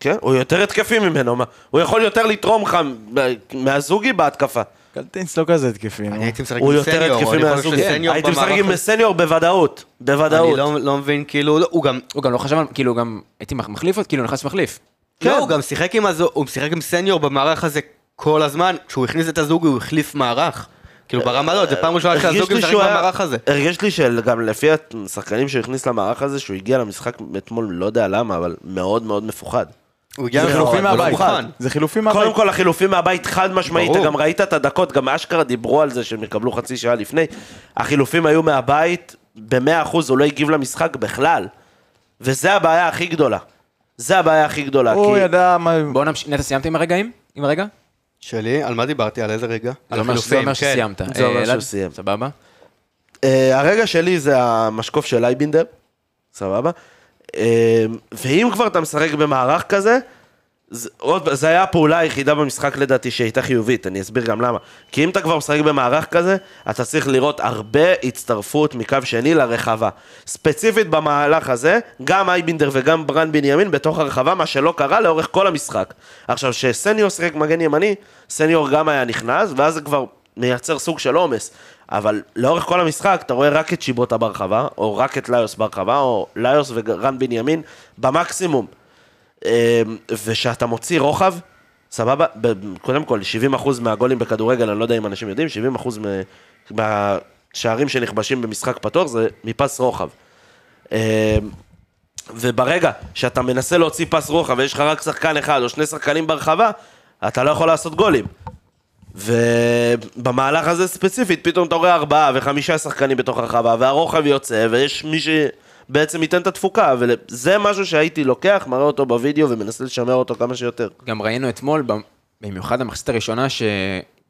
כן, הוא יותר התקפי ממנו, מה? הוא יכול יותר לתרום לך מה- מהזוגי בהתקפה.
קלטינס לא כזה התקפי, נו.
אני הייתי משחק עם
הוא
סניור,
יותר התקפי
אני חושב
מהזוגי.
שסניור
הייתי משחק
במערך
עם
הזה-
סניור בוודאות.
אני
בוודאות.
לא- לא מבין, כאילו, לא, הוא גם,
הוא גם לא חשב על... כאילו, גם הייתי מח- מחליף אותו, כאילו, נכנס מחליף.
לא, הוא גם שיחק עם הזו- הוא משחק עם סניור במערך הזה כל הזמן, כשהוא הכניס את הזוג הוא החליף מערך. כאילו ברמה הזאת, זו פעם ראשונה
הרגיש
שהזוג
לי
משחק
שהוא היה-
במערך הזה.
הרגיש לי שגם לפי השחקנים שהוא הכניס למערך הזה, שהוא הגיע למשחק אתמול, לא יודע למה, אבל מאוד מאוד מפוחד.
הוא הגיע
זה חילופים
לחילופים
מהבית. זה חילופים מהבית.
קודם כל החילופים מהבית חד משמעית,
ברור.
אתה גם ראית את הדקות, גם אשכרה דיברו על זה שהם יקבלו חצי שעה לפני. החילופים היו מהבית, במאה אחוז הוא לא הגיב למשחק בכלל. וזה הבעיה הכי גדולה. זה הבעיה הכי גדולה.
הוא
כי-
ידע מה...
בואו נמשיך, נטע, סיימת עם הרגעים? עם הרגע?
שלי, על מה דיברתי? על כן. איזה רגע?
זה
לא
אומר- זה אומר שסיימת.
כן. זה אומר
אה, אלעד?
שהוא סיים.
סבבה.
אה, הרגע שלי זה המשקוף של אייבינדר, סבבה? אה, ואם כבר אתה משחק במערך כזה, זה, עוד, זה היה הפעולה היחידה במשחק לדעתי שהייתה חיובית, אני אסביר גם למה. כי אם אתה כבר משחק במערך כזה, אתה צריך לראות הרבה הצטרפות מקו שני לרחבה. ספציפית במהלך הזה, גם אייבינדר וגם ברן בנימין בתוך הרחבה, מה שלא קרה לאורך כל המשחק. עכשיו, כשסניור שיחק מגן ימני, סניור גם היה נכנס, ואז זה כבר מייצר סוג של עומס. אבל לאורך כל המשחק אתה רואה רק את שיבוטה ברחבה, או רק את ליוס ברחבה, או ליוס ורן בנימין במקסימום. אמ, ושאתה מוציא רוחב, סבבה, ב- קודם כל, 70% מהגולים בכדורגל, אני לא יודע אם אנשים יודעים, 70% מ- מהשערים שנכבשים במשחק פתוח זה מפס רוחב. אמ, וברגע שאתה מנסה להוציא פס רוחב ויש לך רק שחקן אחד או שני שחקנים ברחבה, אתה לא יכול לעשות גולים. ובמהלך הזה ספציפית, פתאום אתה רואה ארבעה וחמישה שחקנים בתוך הרחבה, והרוחב יוצא, ויש מי שבעצם ייתן את התפוקה, וזה משהו שהייתי לוקח, מראה אותו בווידאו ומנסה לשמר אותו כמה שיותר.
גם ראינו אתמול, במ- במיוחד המחצית הראשונה,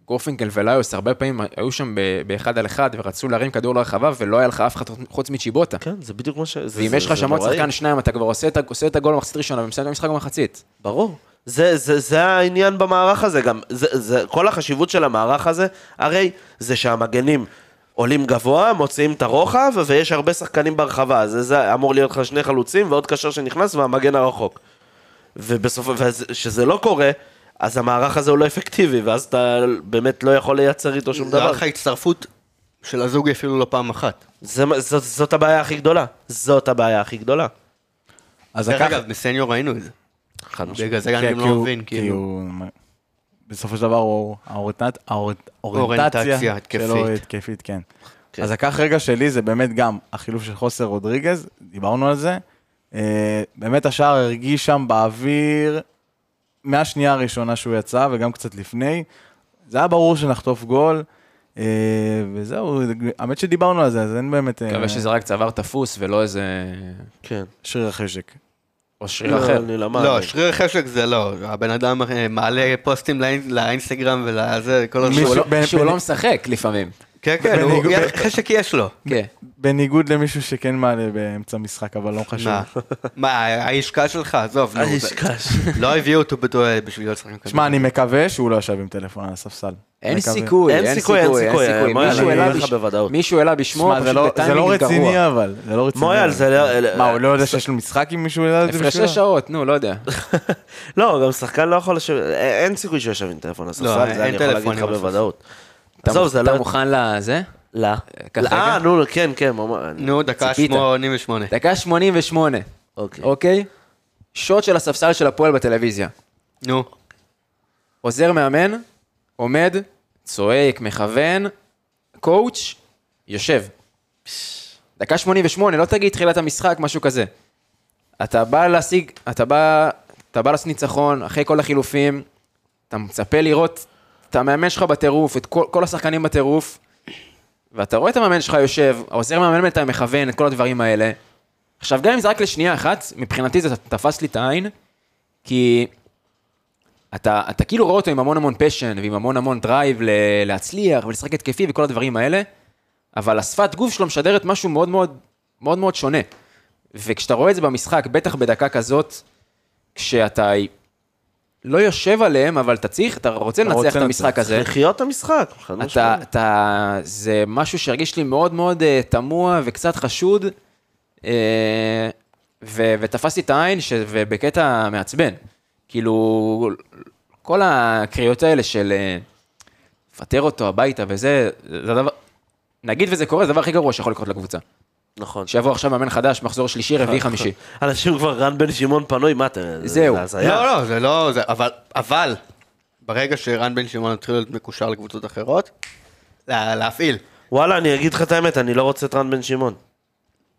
שגורפינקל וליוס הרבה פעמים היו שם ב- באחד על אחד ורצו להרים כדור לרחבה ולא היה לך אף אחד חוץ מצ'יבוטה.
כן, זה בדיוק מה ש...
ואם יש לך שם עוד שחקן שניים, אתה כבר עושה את ה- עושה את הגול במחצית הראשונה ומסיים את המשחק במחצית.
ברור. זה, זה, זה העניין במערך הזה גם. זה, זה, כל החשיבות של המערך הזה, הרי זה שהמגנים עולים גבוה, מוציאים את הרוחב, ויש הרבה שחקנים ברחבה. אז זה- זה אמור להיות לך שני חלוצים ועוד קשר שנכנס והמגן הרחוק. ובסופו, וכשזה לא קורה, אז המערך הזה הוא לא אפקטיבי, ואז אתה באמת לא יכול לייצר איתו שום
זה
דבר.
לך הצטרפות של הזוגי אפילו לא פעם אחת.
זה, מה- זאת, זאת הבעיה הכי גדולה. זאת הבעיה הכי גדולה.
אז
דרך
לקחת...
אגב, בסניור ראינו את זה.
חד משמעית.
בגלל זה גם אני
כן, כי
לא
הוא-
מבין,
כי
כאילו.
הוא- בסופו של דבר הוא האוריינט- האוריינט- האוריינטציה
אוריינטציה
שלו
התקפית.
התקפית, כן.
כן.
אז לקח רגע שלי, זה באמת גם החילוף של חוסר רודריגז, דיברנו על זה. אה, באמת השער הרגיש שם באוויר מהשנייה הראשונה שהוא יצא, וגם קצת לפני. זה היה ברור שנחטוף גול, אה, וזהו, האמת שדיברנו על זה, אז אין באמת אה,
מקווה שזה רק צוואר תפוס ולא איזה...
כן.
שריר החשק.
או שריר אחר.
אני למד.
לא, שריר חשק זה לא, הבן אדם אה, מעלה פוסטים לאינ- לאינסטגרם ולזה, כל הזמן.
שהוא
מישהו-
לא-
ב-
שהוא
ב-
לא משחק לפעמים.
כן, כן, הוא-
בניגוד-
יש- חשק יש לו.
כן.
בניגוד למישהו שכן מעלה באמצע משחק, אבל לא חשוב.
מה? מה, העסקה שלך, עזוב, נו. זה- לא הביאו אותו בתור- בשביל להיות שחקן
שמע, אני מקווה שהוא לא ישב עם טלפון על הספסל.
אין
מקווה.
סיכוי,
אין
אין
סיכוי,
סיכוי,
אין
אין
סיכוי,
סיכוי.
מויאל,
מישהו
אני
העלה
אומר לך
בש-
בוודאות.
מישהו העלה בשמו,
שמע, זה
פשוט
לא- זה לא
בטיימינג גרוע.
רציני אבל, זה לא רציני.
מויאל, זה לא...
מה, הוא לא יודע שיש לו משחק עם מישהו יודע את זה
הפרשי שעות, נו, לא יודע.
לא, גם שחקן לא יכול לשבת... אין- אין סיכוי שיושב עם טלפון
לא,
הספסל, זה
אין
אני יכול להגיד
טלפונים
לך
על הספסל.
בוודאות.
אתה
עזוב,
מוכ-
זה
אתה
לא...
מוכן לזה?
לא.
ככה
אה,
רגע?
נו, כן, כן, ממש.
נו, דקה
ציפית.
88.
דקה 88,
אוקיי.
אוקיי? שוט של הספסל של הפועל בטלוויזיה.
נו,
עוזר מאמן, עומד, צועק, מכוון, קואוץ', יושב. דקה 88, לא תגיד תחילת המשחק, משהו כזה. אתה בא להשיג, אתה בא, אתה בא לעשות ניצחון, אחרי כל החילופים, אתה מצפה לראות את המאמן שלך בטירוף, את כל, כל השחקנים בטירוף, ואתה רואה את המאמן שלך יושב, העוזר מאמן אתה מכוון, את כל הדברים האלה. עכשיו, גם אם זה רק לשנייה אחת, מבחינתי זה תפס לי את העין, כי אתה, אתה כאילו רואה אותו עם המון המון פשן ועם המון המון דרייב ל- להצליח ולשחק התקפי וכל הדברים האלה, אבל השפת גוף שלו משדרת משהו מאוד מאוד, מאוד מאוד שונה. וכשאתה רואה את זה במשחק, בטח בדקה כזאת, כשאתה לא יושב עליהם, אבל אתה צריך, אתה רוצה
רוצה
לנצח את
לנצח.
המשחק הזה.
לחיות את המשחק. חד
אתה,
משמעית.
אתה, זה משהו שהרגיש לי מאוד מאוד אה, תמוה וקצת חשוד, אה, ו, ותפסתי את העין ש, ובקטע מעצבן. כאילו, כל הקריאות האלה של אה, פטר אותו הביתה וזה, זה הדבר, נגיד וזה קורה, זה הדבר הכי גרוע שיכול לקרות לקבוצה.
נכון.
שיבוא עכשיו מאמן חדש, מחזור שלישי, רביעי, חמישי.
אנשים כבר רן בן שמעון פנוי, מה אתה...
זהו.
זה הזיה.
לא, לא, זה לא, זה- אבל, אבל, ברגע שרן בן שמעון התחיל להיות מקושר לקבוצות אחרות, לה- להפעיל.
וואלה, אני אגיד לך את האמת, אני לא רוצה את רן בן שמעון.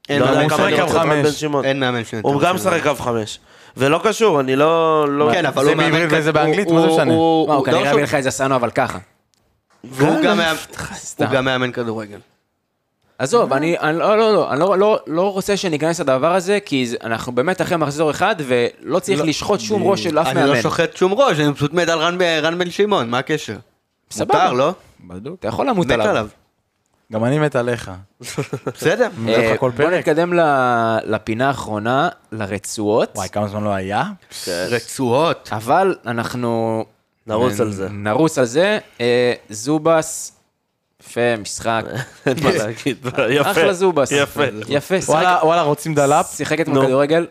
אין
לא
מאמן
יודע כמה
הוא
שאני
אני
משחק
רוצה-
רוצה את
קו
רן
חמש.
בן שמעון.
אין מאמן שאני
הוא
רוצה
גם
שהוא-
משחק קו חמש. ולא קשור, אני לא... לא-
כן, אבל
זה
הוא מאמן...
בעברית
כת-
וזה באנגלית,
הוא-
מה זה
הוא-
משנה?
הוא-
וואו,
הוא
כנראה
גם
אביא לך את זה עשנו, אבל ככה.
והוא גם מאמן-
סתם.
הוא גם מאמן כדורגל.
עזוב, אני, אני לא, לא, לא, אני לא, לא, לא רוצה שניכנס לדבר הזה, כי זה- אנחנו באמת אחרי מחזור אחד, ולא צריך לשחוט שום ראש של אף מאמן.
אני לא שוחט שום ראש, אני פשוט מת על רן ב- רן בן שמעון, מה הקשר?
סבבה.
מותר, לא?
בדוק.
אתה יכול למות
מת
עליו.
עליו.
גם אני מת עליך.
בסדר.
אני אומר לך כל
אה, בוא
פרק.
נתקדם ל- לפינה האחרונה, לרצועות,
וואי, כמה זמן לא היה?
רצועות.
אבל אנחנו...
נרוץ
נ-
על זה.
נרוץ על זה. אה, זובס, יפה, משחק.
אין מה להגיד. יפה.
אחלה זובס.
יפה.
יפה, שיחק-
וואלה, וואלה, רוצים דלאפ?
שיחק
נו.
אתמול כדורגל.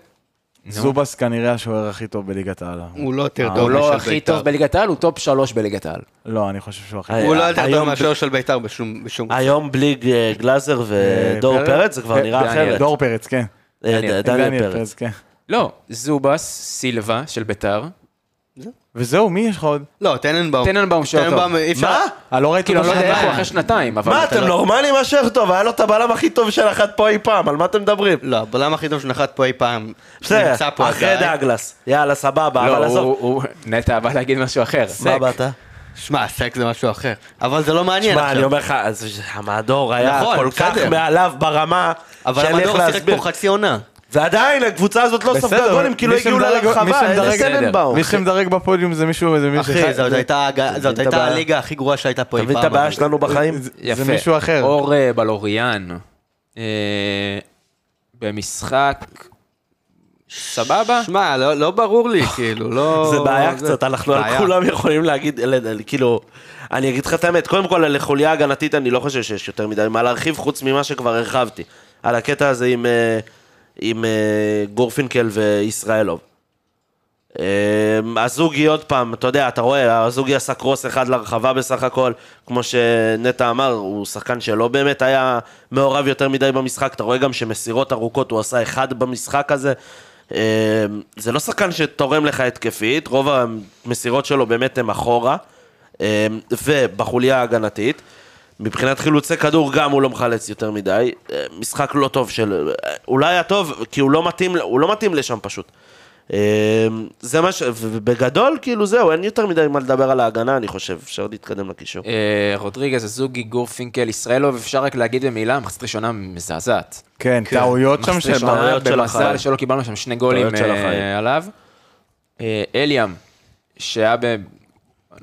זובס כנראה השוער הכי טוב בליגת העל.
הוא לא יותר
הוא
טוב
לא
משל
הכי
בית"ר.
טוב בליגת העל, הוא טופ שלוש בליגת העל.
לא, אני חושב שהוא הכי
אה,
טוב.
הוא לא יותר
היום- אה,
טוב מהשוער של בית"ר בשום... בשום-
היום בלי ג- גלאזר ודור
אה, פרץ?
אה, פרץ זה כבר נראה
דניאל.
אחרת.
דור פרץ, כן.
אה,
דניאל.
ד- דניאל פרץ.
כן.
לא, זובס, סילבה של ביתר.
וזהו, מי יש לך עוד?
לא, טננבאום.
טננבאום שוער טוב.
טננבאום, אי אפשר...
מה?
אה, לא ראיתי
כאילו, אני
אותו
לא יודע איך הוא
שנתיים.
אחרי שנתיים, אבל...
מה,
אתה
אתם
לא-
נורמלים אשר טוב? היה לו את הבלם הכי טוב של אחת פה אי פעם, על מה אתם מדברים?
לא, הבלם הכי טוב שנחת פה אי פעם.
בסדר,
נמצא פה
אחרי
עדיין.
דאגלס. יאללה, סבבה, אבל
לא,
עזוב.
הוא- הוא... נטע בא להגיד משהו אחר.
מה באת?
שמע, סק זה משהו אחר. אבל זה לא מעניין
שמע, אני
עכשיו.
אומר לך, אז המהדור היה
נכון,
כל כך
בסדר.
מעליו ברמה,
אבל
שאין לי איך
המדור שיחק
להסביר.
פה חצי עונה.
ועדיין, הקבוצה הזאת לא ספגה
בסדר,
גולים, כי לא
מי
הגיעו
שמדרג- מי
לרחבה, איזה
שמדרג-
סננבאום.
מי שמדרג בפודיום זה מישהו, זה מישהו
אחי, זאת הייתה
מבין
זאת
את
הייתה
הבעיה?
הליגה הכי גרועה שהייתה פה
אתה
אי פעם.
מבין את הבעיה
אבל-
שלנו בחיים?
זה-
יפה.
זה מישהו אחר.
אור אה, בלוריאן, אה, במשחק סבבה?
שמע, לא, לא ברור לי, כאילו, לא...
זה בעיה קצת, אנחנו על
בעיה.
כולם יכולים להגיד, אלה- אלה- כאילו, אני אגיד לך את האמת, קודם כל על החוליה ההגנתית אני לא חושב שיש יותר מדי מה להרחיב, חוץ ממה שכבר הרחבתי. על הקטע הזה עם, אה, עם אה, גורפינקל וישראלוב. אה, הזוגי עוד פעם, אתה יודע, אתה רואה, הזוגי עשה קרוס אחד לרחבה בסך הכל, כמו שנטע אמר, הוא שחקן שלא באמת היה מעורב יותר מדי במשחק, אתה רואה גם שמסירות ארוכות הוא עשה אחד במשחק הזה. אה, זה לא שחקן שתורם לך התקפית, רוב המסירות שלו באמת הם אחורה, אה, ובחוליה ההגנתית. מבחינת חילוצי כדור גם הוא לא מחלץ יותר מדי, אה, משחק לא טוב של... אה, אולי היה טוב, כי הוא לא מתאים, הוא לא מתאים לשם פשוט. אמ, זה מה ש... ובגדול, כאילו זהו, אין יותר מדי מה לדבר על ההגנה, אני חושב. אפשר להתקדם לקישור.
אה, רודריגז, אזוגי, גורפינקל, ישראלוב, אפשר רק להגיד במילה, מחצית ראשונה מזעזעת.
כן, טעויות שם
מחצית
של...
ראשונה,
טעויות של
אה, במזל
החיים.
שלא קיבלנו שם שני גולים
טעויות של
אה,
החיים.
עליו. אה, אליאם, שהיה ב...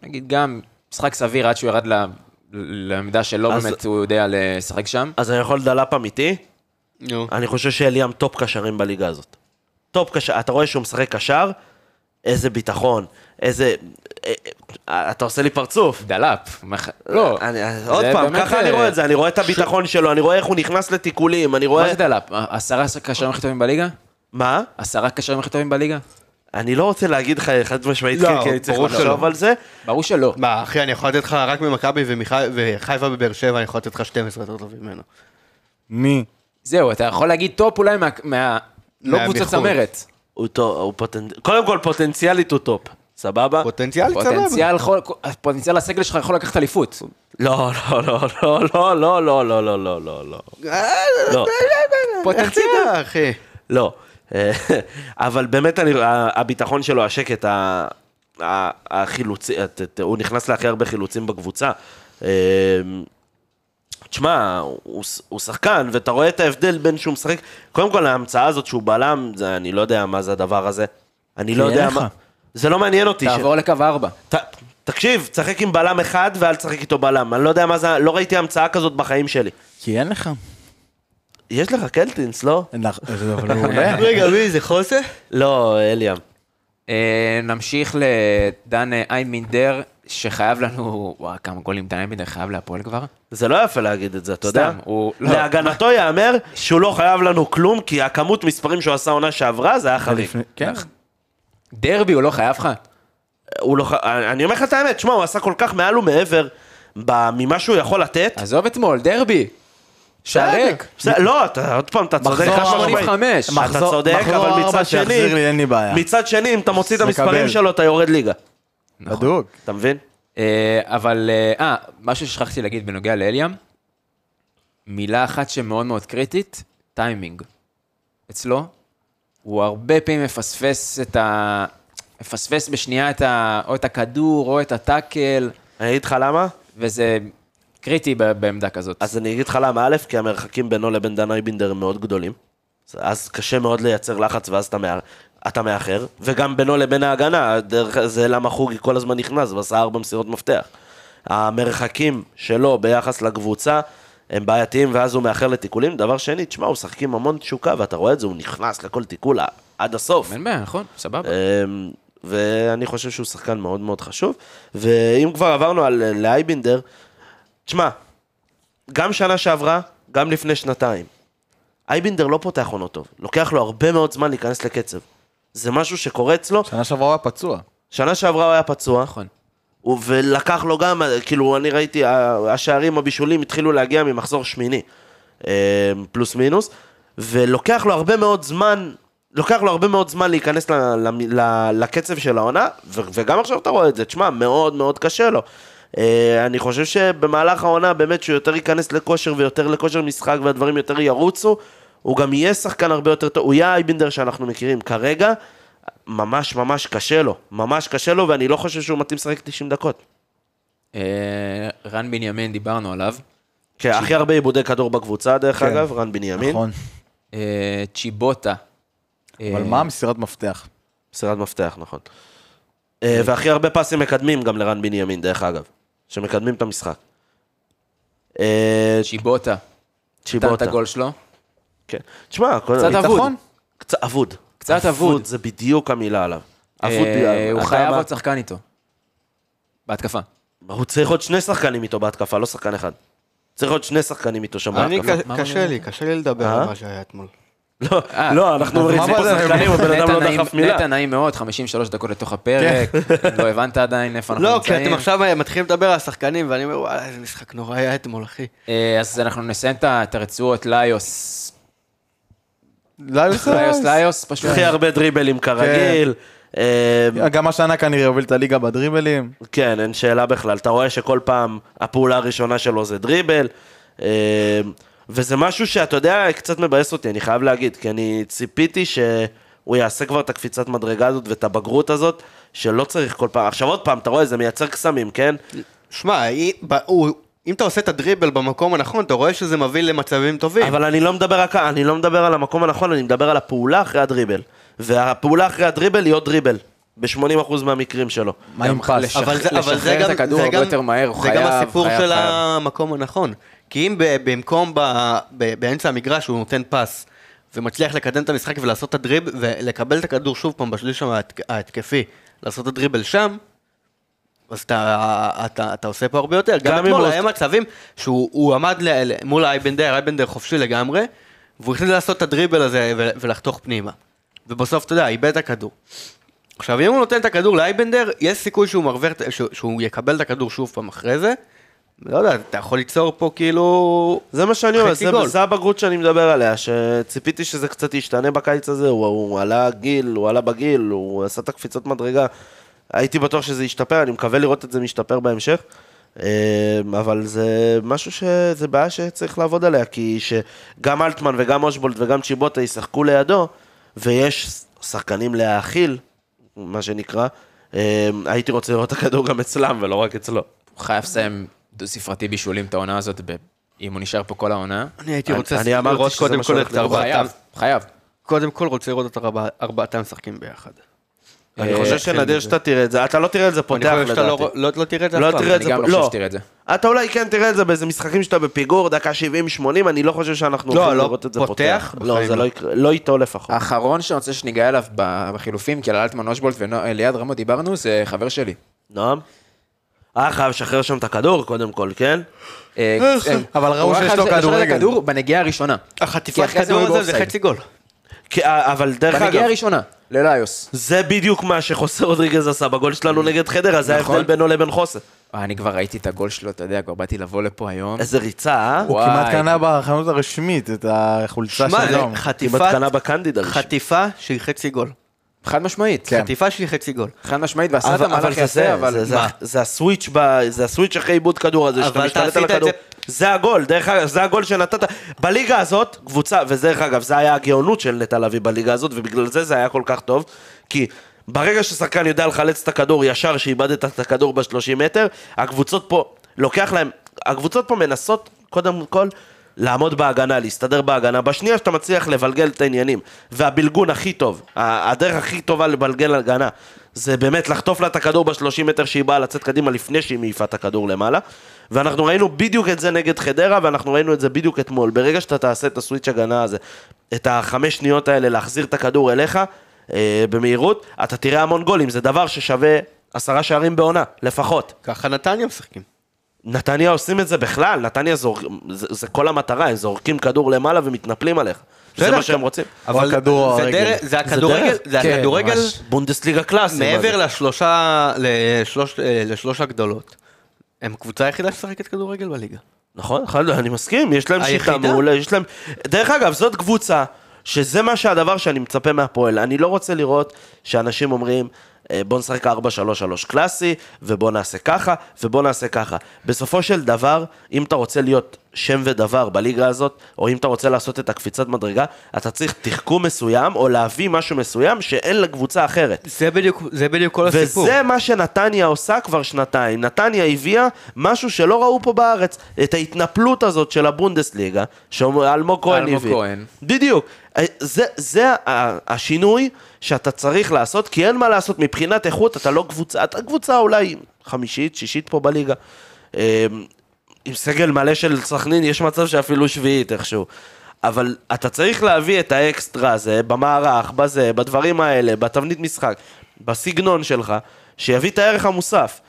נגיד גם משחק סביר עד שהוא ירד ל- לעמדה שלא
אז-
באמת הוא יודע לשחק שם.
אז אני יכול דלאפ אמיתי?
נו.
אני חושב שאליאם טופ קשרים בליגה הזאת. טופ קשר, אתה רואה שהוא משחק קשר? איזה ביטחון, איזה... אה, אה, אתה עושה לי פרצוף.
דלאפ. מח- לא.
אני-
זה
אה, עוד פעם,
באמת,
ככה
אה,
אני רואה את זה, אני רואה את הביטחון שלו, אני רואה איך הוא נכנס לתיקולים, אני
מה
רואה...
זה דלאפ? עשרה קשרים הכי טובים בליגה?
מה?
עשרה קשרים הכי טובים בליגה?
אני לא רוצה להגיד לך חד משמעית,
לא,
כן, כי אני צריך
ברור
לחשוב
שלא.
על זה.
ברור שלא.
מה, אחי, אני יכול לתת לך רק ממכבי ומחי- וחיפה בבאר שבע, אני יכול לתת לך 12 יותר טובים ממנו.
אה,
מי?
זהו, אתה יכול להגיד טופ אולי מה... מה- לא
מהמיחוץ.
קבוצת צמרת.
הוא טוב, הוא פוטנציאל... קודם כל, פוטנציאלית הוא טופ. סבבה?
פוטנציאל סבבה.
פוטנציאל, יכול- פוטנציאל הסגל שלך יכול לקחת אליפות.
לא, לא, לא, לא, לא, לא, לא, לא, לא, לא, לא, לא. לא,
איך תדע, אחי?
לא. אבל באמת, אני, ה- הביטחון שלו, השקט, ה- ה- החילוצי, את- את- הוא נכנס להכי הרבה חילוצים בקבוצה. אה, תשמע, הוא, ש- הוא שחקן, ואתה רואה את ההבדל בין שהוא משחק... קודם כל, ההמצאה הזאת שהוא בלם, זה, אני לא יודע מה זה הדבר הזה. אני לא
כי אין
יודע
לך.
מה... זה לא מעניין אותי. ש-
תעבור לקו ארבע.
ת, תקשיב, תשחק עם בלם אחד ואל תשחק איתו בלם. אני לא יודע מה זה, לא ראיתי המצאה כזאת בחיים שלי.
כי אין לך.
יש לך קלטינס, לא?
אין לך- זה אבל
אה,
מעולה.
רגע, מי זה חוסה?
לא, אליאם.
אה, נמשיך לדן אה, איימינדר, שחייב לנו... וואו, כמה גולים דן איימינדר חייב להפועל כבר?
זה לא יפה להגיד את זה, אתה יודע?
סתם, הוא- לא.
להגנתו ייאמר שהוא לא חייב לנו כלום, כי הכמות מספרים שהוא עשה עונה שעברה, זה היה חריג.
לפני- כן.
דרבי הוא לא חייב לך?
הוא לא ח... אני אומר לך את האמת, שמע, הוא עשה כל כך מעל ומעבר ב- ממה שהוא יכול לתת.
עזוב אתמול, דרבי. שרק.
בסדר, לא, אתה עוד פעם, אתה צודק.
מחזור
חד משמעית.
85.
אתה
מחזור-
צודק,
מחזור
אבל
ארבע
מצד
שיחזיר לי, אין
שני,
לי בעיה.
מצד שני, אם אתה מוציא את המספרים
מקבל.
שלו, אתה יורד ליגה. נכון.
בדוק.
אתה מבין?
אה, אבל, אה, אה, משהו ששכחתי להגיד בנוגע לאליאם, מילה אחת שמאוד מאוד קריטית, טיימינג. אצלו, הוא הרבה פעמים מפספס את ה... מפספס בשנייה את ה... או את הכדור, או את הטאקל,
אני אגיד לך למה?
וזה קריטי ב- בעמדה כזאת.
אז אני אגיד לך למה, א', כי המרחקים בינו לבין דן אייבינדר הם מאוד גדולים. אז קשה מאוד לייצר לחץ ואז אתה, מה... אתה מאחר. וגם בינו לבין ההגנה, דרך... זה למה חוגי כל הזמן נכנס ועשה ארבע מסירות מפתח. המרחקים שלו ביחס לקבוצה הם בעייתיים ואז הוא מאחר לתיקולים. דבר שני, תשמע, הוא משחק עם המון תשוקה ואתה רואה את זה, הוא נכנס לכל תיקול עד הסוף.
אין בעיה, נכון, סבבה.
אמ, ואני חושב שהוא שחקן מאוד מאוד חשוב. ואם כבר עברנו על אה, לאייבינדר, תשמע, גם שנה שעברה, גם לפני שנתיים, אייבינדר לא פותח עונות טוב. לוקח לו הרבה מאוד זמן להיכנס לקצב. זה משהו שקורה אצלו.
שנה שעברה הוא היה פצוע.
שנה שעברה הוא היה פצוע,
נכון.
הוא- ולקח לו גם, כאילו, אני ראיתי, ה- השערים, הבישולים התחילו להגיע ממחזור שמיני, אה, פלוס מינוס, ולוקח לו הרבה מאוד זמן, לוקח לו הרבה מאוד זמן להיכנס ל, ל, ל, לקצב של העונה, ו, וגם עכשיו אתה רואה את זה, תשמע, מאוד מאוד קשה לו. אה, אני חושב שבמהלך העונה, באמת, שהוא יותר ייכנס לכושר ויותר לכושר משחק והדברים יותר ירוצו, הוא גם יהיה שחקן הרבה יותר טוב, הוא יהיה אייבינדר שאנחנו מכירים כרגע. ממש ממש קשה לו, ממש קשה לו, ואני לא חושב שהוא מתאים לשחק 90 דקות.
אה, רן בנימין, דיברנו עליו.
כן, הכי הרבה עיבודי כדור בקבוצה, דרך
כן.
אגב, רן בנימין.
נכון.
אה, צ'יבוטה.
אה.
אה,
אבל מה המסירת מפתח?
מסירת מפתח, נכון. אה, והכי הרבה פסים מקדמים גם לרן בנימין, דרך אגב. שמקדמים את המשחק. אה,
צ'יבוטה. נתן את
צ'יבוטה.
הגול שלו.
כן. תשמע, הכל-
קצת אבוד.
קצת אבוד.
קצת אבוד.
זה בדיוק המילה עליו. אבוד
אה,
בגלל...
הוא
אתה
חייב
מה-
עוד שחקן איתו. בהתקפה.
הוא צריך עוד שני שחקנים איתו בהתקפה, לא שחקן אחד. צריך עוד שני שחקנים איתו שם
אני,
בהתקפה.
ק- קשה לי, קשה לי לדבר
אה?
על מה שהיה אתמול.
לא,
אה,
לא, אנחנו
אז מה
מריצים פה
בזה?
שחקנים, הבן אדם
נטע
לא
נעים-
דחף מילה.
נטע נעים מאוד, 53 דקות לתוך הפרק, לא הבנת עדיין איפה אנחנו
לא, כי
נמצאים.
אתם עכשיו מתחילים לדבר על השחקנים, ואני אומר, וואלה, איזה משחק נורא היה אתמול, אחי.
אה, אז אנחנו נסיים את ה- את הרצועות ליוס.
לא
ליוס
ליוס, ליוס, פשוט.
הכי הרבה דריבלים כרגיל. אה,
גם השנה כנראה הוביל את הליגה בדריבלים.
כן, אין שאלה בכלל. אתה רואה שכל פעם הפעולה הראשונה שלו זה דריבל, אה, וזה משהו שאתה יודע, קצת מבאס אותי, אני חייב להגיד, כי אני ציפיתי שהוא יעשה כבר את הקפיצת מדרגה הזאת ואת הבגרות הזאת, שלא צריך כל פעם. עכשיו עוד פעם, אתה רואה, זה מייצר קסמים, כן?
שמע, אי- ב- הוא- אם אתה עושה את הדריבל במקום הנכון, אתה רואה שזה מביא למצבים טובים.
אבל אני לא מדבר, רק- אני לא מדבר על המקום הנכון, אני מדבר על הפעולה אחרי הדריבל. והפעולה אחרי הדריבל היא עוד דריבל, ב-80% מהמקרים שלו.
מה עם
גם
פס?
לשחרר- לשחרר את הכדור
זה
הרבה
גם-
יותר מהר, הוא
זה
חייב,
גם הסיפור
חייב,
של
חייב.
המקום הנכון. כי אם ב- במקום ב- ב- באמצע המגרש הוא נותן פס, ומצליח לקדם את המשחק ולעשות את הדריב, ולקבל את הכדור שוב פעם בשליש ההתק- ההתקפי, לעשות את הדריבל שם, אז אתה, אתה, אתה עושה פה הרבה יותר.
גם אם
גם אתמול
הוא-
היה מצבים שהוא הוא עמד ל, ל, מול אייבנדר, אייבנדר חופשי לגמרי, והוא החליט לעשות את הדריבל הזה ו, ולחתוך פנימה. ובסוף, אתה יודע, איבד את הכדור. עכשיו, אם הוא נותן את הכדור לאייבנדר, יש סיכוי שהוא מרוויר, את- שהוא, שהוא יקבל את הכדור שוב פעם אחרי זה. לא יודע, אתה יכול ליצור פה כאילו...
זה מה שאני אומר,
חצי
זה,
גול.
זה הבגרות שאני מדבר עליה, שציפיתי שזה קצת ישתנה בקיץ הזה, הוא, הוא עלה גיל, הוא עלה בגיל, הוא עשה את הקפיצות מדרגה. הייתי בטוח שזה ישתפר, אני מקווה לראות את זה משתפר בהמשך. אה, אבל זה משהו ש... זה בעיה שצריך לעבוד עליה, כי שגם אלטמן וגם אושבולט וגם צ'יבוטה ישחקו לידו, ויש שחקנים להאכיל, מה שנקרא. אה, הייתי רוצה לראות את הכדור גם אצלם ולא רק אצלו.
הוא חייב לסיים דו-ספרתי בישולים את העונה הזאת, ב- אם הוא נשאר פה כל העונה.
אני הייתי
אני-
רוצה
אני אמרתי
לראות
שזה
קודם
מה
כל
שהולך
את
לקרות.
הוא
ארבעתם.
חייב, חייב.
קודם כל רוצה לראות את ארבע- ארבעתם משחקים ביחד.
אני
אה,
חושב שנדיר שאתה תראה את זה, אתה לא תראה את זה
אני
פותח
חושב שאתה
לדעתי.
לא, לא, לא תראה את זה
לא
אף פעם.
תראה את
אני
זה
גם
פה-
לא חושב
לא.
שתראה את זה.
אתה אולי כן תראה את זה באיזה משחקים שאתה בפיגור, דקה 70-80, אני לא חושב שאנחנו
לא,
הולכים
לא
לראות את זה
פותח,
לא,
בחיים
זה
לא.
לא יקרה, לא איתו
אה.
לפחות.
האחרון שאני רוצה שניגע אליו ב- בחילופים, כי על אלטמן אושבולט וליעד רמו דיברנו, זה חבר שלי.
נועם? אה, חייב לשחרר שם את הכדור קודם כל, כן?
אה, הם-
אבל ראו
הוא רק
שיש
חייב
לו
לשחרר את
כדורגל.
הכדור בנגיעה הראשונה. כי
החטיפת
אחרי זה
כדור
הוא
הזה זה
באופסייד.
חצי גול.
כי- אה, אבל דרך אגב,
בנגיעה הראשונה, ללאיוס.
זה בדיוק מה שחוסה רודריגז עשה בגול שלנו נגד חדרה, זה
נכון.
ההבדל בינו לבין חוסה.
אה, אני כבר ראיתי את הגול שלו, אתה יודע, כבר באתי לבוא לפה היום.
איזה ריצה, אה?
הוא
וואי.
כמעט קנה בחנות הרשמית את החולצה
שמע,
של
זה
היום.
כמעט
חטיפת...
קנה בקנדידה.
חטיפה שהיא חצי גול.
חד משמעית.
חטיפה שהיא חצי גול.
חד משמעית, ועשה את
אבל אבל
המהלך
זה זה,
יפה, אבל...
זה- זה- זה הסוויץ' ב- זה הסוויץ' אחרי עיבוד כדור הזה,
אבל
שאתה
אתה
משתלט על
עשית את
הכדור.
זה-
זה הגול, דרך אגב, זה הגול שנתת. בליגה הזאת, קבוצה, ודרך אגב, זה היה הגאונות של נטע לביא בליגה הזאת, ובגלל זה זה היה כל כך טוב, כי... ברגע ששחקן יודע לחלץ את הכדור ישר שאיבדת את הכדור ב-30 מטר, הקבוצות פה, לוקח להם, הקבוצות פה מנסות קודם כל לעמוד בהגנה, להסתדר בהגנה. בשנייה שאתה מצליח לבלגל את העניינים, והבלגון הכי טוב, ה- הדרך הכי טובה לבלגל הגנה, זה באמת לחטוף לה את הכדור ב-30 מטר שהיא באה לצאת קדימה לפני שהיא מעיפה את הכדור למעלה. ואנחנו ראינו בדיוק את זה נגד חדרה, ואנחנו ראינו את זה בדיוק אתמול. ברגע שאתה תעשה את הסוויץ' הגנה הזה, את החמש שניות האלה להחזיר את הכדור אליך, אה, במהירות, אתה תראה המון גולים, זה דבר ששווה עשרה שערים בעונה, לפחות.
ככה נתניה משחקים.
נתניה עושים את זה בכלל, נתניה זורק, זה, זה כל המטרה, הם זורקים כדור למעלה ומתנפלים עליך. זה
בסדר,
מה שהם רוצים.
או הכדור או
זה
הרגל.
דרך- זה הכדורגל,
דרך,
זה
כן,
הכדורגל
ממש.
בונדסליגה קלאסי.
מעבר לשלושה, לשלוש- אה, לשלוש הגדולות. הם הקבוצה היחידה שמשחקת כדורגל בליגה.
נכון, נכון, אני מסכים, יש להם שיטה
היחידה?
מעולה, יש להם... דרך אגב, זאת קבוצה, שזה מה שהדבר שאני מצפה מהפועל. אני לא רוצה לראות שאנשים אומרים, "אה, בוא נשחק 4-3-3 קלאסי, ובוא נעשה ככה, ובוא נעשה ככה. בסופו של דבר, אם אתה רוצה להיות שם ודבר בליגה הזאת, או אם אתה רוצה לעשות את הקפיצת מדרגה, אתה צריך תחכום מסוים, או להביא משהו מסוים שאין לקבוצה אחרת.
זה בדיוק, זה בדיוק כל הסיפור.
וזה מה שנתניה עושה כבר שנתיים. נתניה הביאה משהו שלא ראו פה בארץ, את ההתנפלות הזאת של הבונדסליגה, שאלמוג כהן הביא.
אלמוג כהן.
בדיוק. אה, זה, זה ה- השינוי שאתה צריך לעשות, כי אין מה לעשות מבחינת איכות, אתה לא קבוצה, אתה קבוצה אולי חמישית, שישית פה בליגה. אמ, עם סגל מלא של סכנין, יש מצב שאפילו שביעית איכשהו. אבל אתה צריך להביא את האקסטרה הזה, במערך, בזה, בדברים האלה, בתבנית משחק, בסגנון שלך, שיביא את הערך המוסף.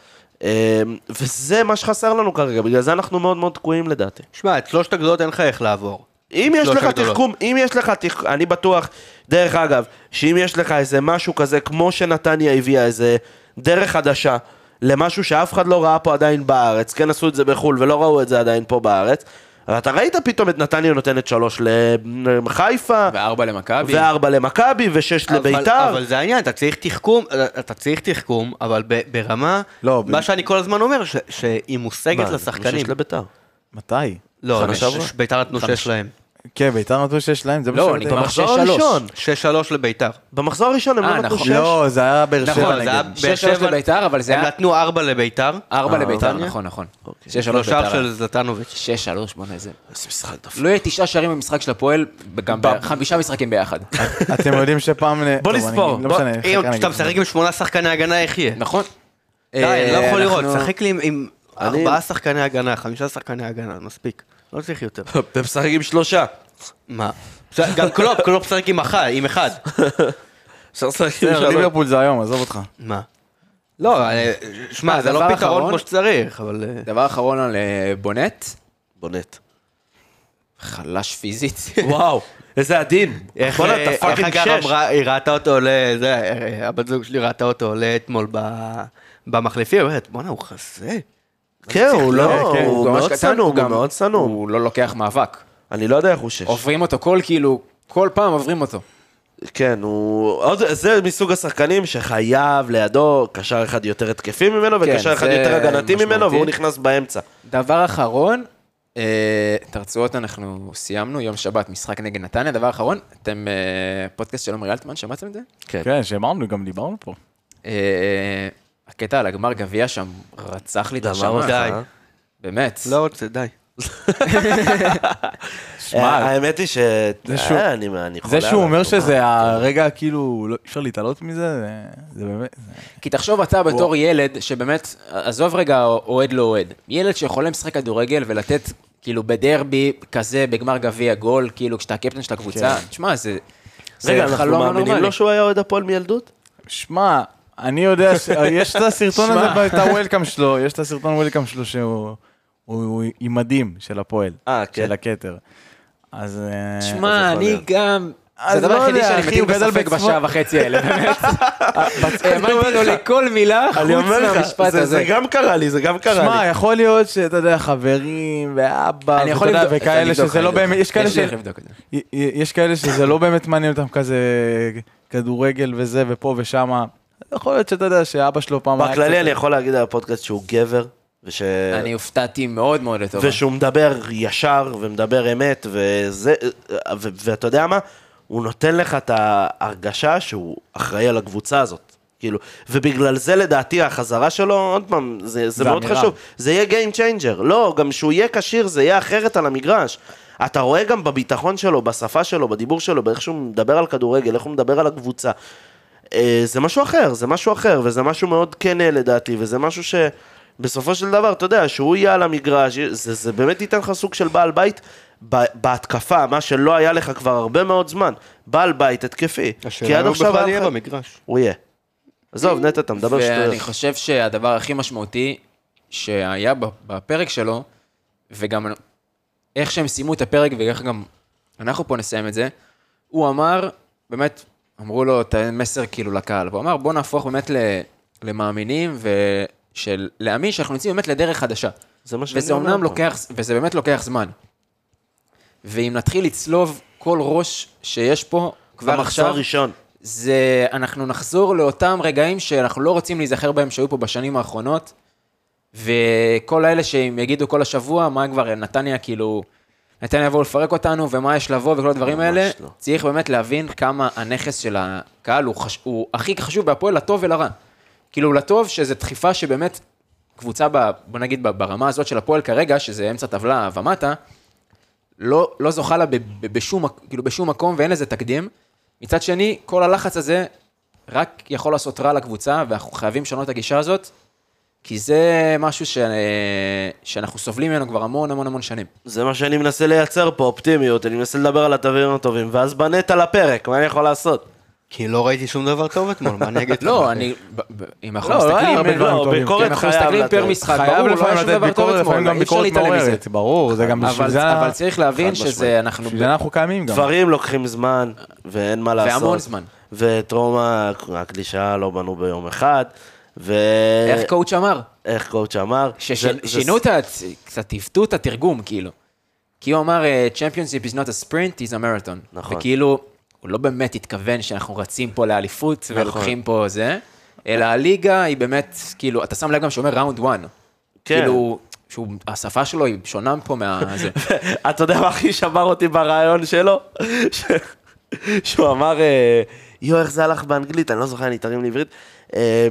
אה, וזה מה שחסר לנו כרגע, בגלל זה אנחנו מאוד מאוד תקועים לדעתי.
שמע, את שלושת הגדולות אין לך איך לעבור.
אם יש
לא
לך
יותר גדולות.
תחכום, אם יש לך תחכום, אני בטוח, דרך אגב, שאם יש לך איזה משהו כזה, כמו שנתניה הביאה, איזה דרך חדשה, למשהו שאף אחד לא ראה פה עדיין בארץ, כן עשו את זה בחו"ל ולא ראו את זה עדיין פה בארץ, אבל אתה ראית פתאום את נתניה נותנת שלוש לחיפה,
וארבע למכבי.
וארבע למכבי, ושש
אבל-
לביתר.
אבל זה העניין, אתה צריך תחכום, אתה צריך תחכום, אבל ב- ברמה,
לא, ב-
מה שאני כל הזמן אומר, ש- שהיא מושגת
מה,
לשחקנים.
ושש לביתר.
מתי?
לא,
חמש.
ש- ש- ביתר נתנו
חמש.
6 להם.
כן, ביתר נתנו שיש להם, זה מה
לא,
שאני
נגמר
יודע.
במחזור
שש, שלוש.
הראשון.
6-3 לביתר.
במחזור הראשון הם
אה,
לא נתנו
נכון.
שש.
לא, זה היה באר שבע
נכון, זה היה
נגד.
באר
שש, שלוש
שבע-
לביתר, אבל זה
הם
היה-
נתנו 4 לביתר.
ארבע לביתר,
נתניה?
נכון, נכון. שש שלוש
שלושה
ביתר.
של זלטנוביץ'.
שש שלוש, בוא'נה, איזה...
איזה משחק דפוק.
לא יהיה תשעה שערים במשחק של הפועל, גם בחמישה משחקים ביחד.
אתם יודעים שפעם...
בוא
טוב, אני-
נספור,
לא
בוא- אה,
משנה,
אם
חלקם נגד.
אתה משחק עם שמונה שחקני הגנה, איך יהיה?
נכון?
די, אני לא
אה,
יכול לראות,
אנחנו-
שחק לי עם- עם
אני-
ארבעה שחקני הגנה, חמישה שחקני הגנה, מספיק. לא צריך יותר.
אתם משחקים שלושה.
מה? עכשיו, גם קלופ, קלופ משחק עם אחד, עם אחד.
אפשר לשחק עם
בסדר,
שלוש.
ליברפול זה היום, עזוב אותך.
מה? לא, אה, שמע, זה לא
הדבר
פתרון
האחרון-
כמו שצריך, אבל... אה,
דבר אחרון על אה, בונט,
בונט.
חלש פיזית.
וואו, איזה עדין.
איך
בואנה,
אה,
אתה
איך
פאקינג
הגר
שש.
אמרה, היא ראתה אותו עולה, זה, אה, הבת זוג שלי ראתה אותו עולה אתמול ב- במחליפים, היא אומרת, בואנה, הוא חזה.
כן, הוא לא,
כן,
הוא
ממש
מאוד
קטן,
צנום, הוא
גם-
מאוד צנום.
הוא לא לוקח מאבק.
אני לא יודע איך הוא שש.
עוברים אותו כל כאילו, כל פעם עוברים אותו.
כן, הוא... עוד- זה מסוג השחקנים שחייב לידו קשר אחד יותר התקפי ממנו,
כן,
וקשר אחד
זה
יותר הגנתי ממנו,
משמעותי.
והוא נכנס באמצע.
דבר אחרון, אה, תרצועות אנחנו סיימנו, יום שבת, משחק נגד נתניה. דבר אחרון, אתם אה, פודקאסט של עומרי אלטמן, שמעתם את זה?
כן, שאמרנו, גם דיברנו פה.
אה, הקטע על הגמר גביע שם רצח לי את
גמר
השמה.
אותך,
די.
אה?
באמת.
לא רוצה, די.
אה, האמת היא ש...
שהוא-
אה, אני אני חולה
זה שהוא
עליו,
אומר
נו, מה?
שזה הרגע, כאילו, לא- אי אפשר להתעלות מזה, זה- זה באמת...
כי תחשוב אתה בתור ילד, שבאמת, עזוב רגע אוהד לא אוהד, ילד שיכול לשחק כדורגל ולתת, כאילו, בדרבי כזה, בגמר גביע, גול, כאילו, כשאתה הקפטן של הקבוצה, תשמע, זה... זה
כן. רגע,
חלום
אנחנו
לא
מאמינים
נורמלי.
לו שהוא היה אוהד הפועל מילדות?
שמע, אני יודע, ש- אה, יש את הסרטון
שמע.
הזה, את ה-Welcome שלו, יש את הסרטון וולקאם שלו שהוא הוא- הוא עם מדים של הפועל,
אה, כן.
של הכתר. אז... אה,
שמע, אני גם... זה
אז
הדבר
לא
היחידי
יודע,
שאני
אחי,
מטיל
הוא גדל
בספק
בצפון.
בשעה וחצי האלה, באמת. אה, האמנתי לו לכל מילה
אני
חוץ
אומר לך,
מהמשפט
זה-
הזה.
זה גם קרה לי, זה גם קרה
שמע,
לי.
יכול להיות שאתה יודע, חברים, ואבא,
אני יכול
ואתה יודע,
לבדוק- אני
וכאלה
אבדוק,
שזה
אני
לא
אבדוק.
באמת, יש כאלה
יש לי
ש-
איך לבדוק את זה.
י- י- יש כאלה שזה לא באמת מעניין אותם כזה כדורגל וזה ופה ושמה. יכול להיות שאתה יודע שאבא שלו פעם היה
בכללי
קצת-
אני יכול להגיד על הפודקאסט שהוא גבר, וש...
אני הופתעתי מאוד מאוד לטובה.
ושהוא מדבר ישר ומדבר אמת, וזה, ו- ואתה יודע מה? הוא נותן לך את ההרגשה שהוא אחראי על הקבוצה הזאת. כאילו, ובגלל זה לדעתי החזרה שלו, עוד פעם, זה, זה
זה
מאוד
אמירה.
חשוב, זה יהיה Game Changer. לא, גם שהוא יהיה כשיר, זה יהיה אחרת על המגרש. אתה רואה גם בביטחון שלו, בשפה שלו, בדיבור שלו, באיך שהוא מדבר על כדורגל, איך הוא מדבר על הקבוצה. אה, זה משהו אחר, זה משהו אחר, וזה משהו מאוד כן אה, לדעתי, וזה משהו שבסופו של דבר, אתה יודע, שהוא יהיה על המגרש, אה, זה, זה באמת ייתן לך סוג של בעל בית ב- בהתקפה, מה שלא היה לך כבר הרבה מאוד זמן. בעל בית התקפי. כי עד
הוא
עכשיו
לא בכלל
היה
יהיה
לך-
במגרש.
הוא יהיה. עזוב, נטע, אתה מדבר שטויות.
ואני חושב שהדבר הכי משמעותי שהיה ב- בפרק שלו, וגם איך שהם סיימו את הפרק ואיך גם אנחנו פה נסיים את זה, הוא אמר, באמת, אמרו לו את המסר כאילו לקהל, והוא אמר, בוא נהפוך באמת ל- למאמינים ושל להאמין שאנחנו נמצאים באמת לדרך חדשה.
זה מה שאני
וזה
אומר
אומנם
פה.
לוקח, וזה באמת לוקח זמן. ואם נתחיל לצלוב כל ראש שיש פה, כבר
במחזור
עכשיו,
הראשון.
זה, אנחנו נחזור לאותם רגעים שאנחנו לא רוצים להיזכר בהם שהיו פה בשנים האחרונות, וכל האלה שהם יגידו כל השבוע, מה כבר, נתניה כאילו, נתניה יבואו לפרק אותנו, ומה יש לבוא וכל הדברים
ממש
האלה,
לא.
צריך באמת להבין כמה הנכס של הקהל הוא, חש... הוא הכי חשוב בהפועל לטוב ולרע. כאילו לטוב, שזו דחיפה שבאמת קבוצה, ב... בוא נגיד, ב- ברמה הזאת של הפועל כרגע, שזה אמצע טבלה ומטה, לא, לא זוכה לה ב, ב, בשום, מק- כאילו בשום מקום ואין לזה תקדים. מצד שני, כל הלחץ הזה רק יכול לעשות רע לקבוצה, ואנחנו חייבים לשנות את הגישה הזאת, כי זה משהו ש... שאנחנו סובלים ממנו כבר המון המון המון שנים.
זה מה שאני מנסה לייצר פה, אופטימיות, אני מנסה לדבר על הדברים הטובים, ואז בנט על הפרק, מה אני יכול לעשות?
אה,
כי לא ראיתי שום דבר טוב אתמול, מה אני אגיד לך?
לא, אני... ב- ב- אם אנחנו
לא, לא היה
מסתכלים...
הרבה דברים
לא,
טובים.
אם
ביקורת
אנחנו
חייב
מסתכלים פר
לתת.
משחק,
חייב
ברור, לא
לפעמים
היה שום
לתת
דבר טוב
ביקורת, לפעמים
אתמול,
גם
אי אפשר
ביקורת
להתעלם מזה.
מעוררת, ברור, זה גם בשביל
אבל
זה...
אבל צריך להבין
משמעית.
שזה, אנחנו...
בשביל זה אנחנו קיימים גם.
דברים לוקחים זמן, ואין מה לעשות.
לא. והמון זמן.
וטראומה, הקלישאה לא בנו ביום אחד, ו...
איך קואוצ' אמר?
איך קואוצ' אמר? זה- זה-
ששינו את ה... קצת עיוותו את התרגום, כאילו. כי הוא אמר, אה, Championship is not a sprint, is a marathon.
נכון.
וכאילו, הוא לא באמת התכוון שאנחנו רצים פה לאליפות
נכון.
ולוקחים פה זה, אלא הליגה היא באמת, כאילו, אתה שם לב גם שהוא אומר ראונד 1.
כן.
כאילו, שהוא, השפה שלו היא שונה פה מה... זה.
אתה יודע מה הכי שבר אותי ברעיון שלו? ש- שהוא אמר, אה, יואו, איך זה הלך באנגלית? אני לא זוכר, אני תרים לעברית. אה,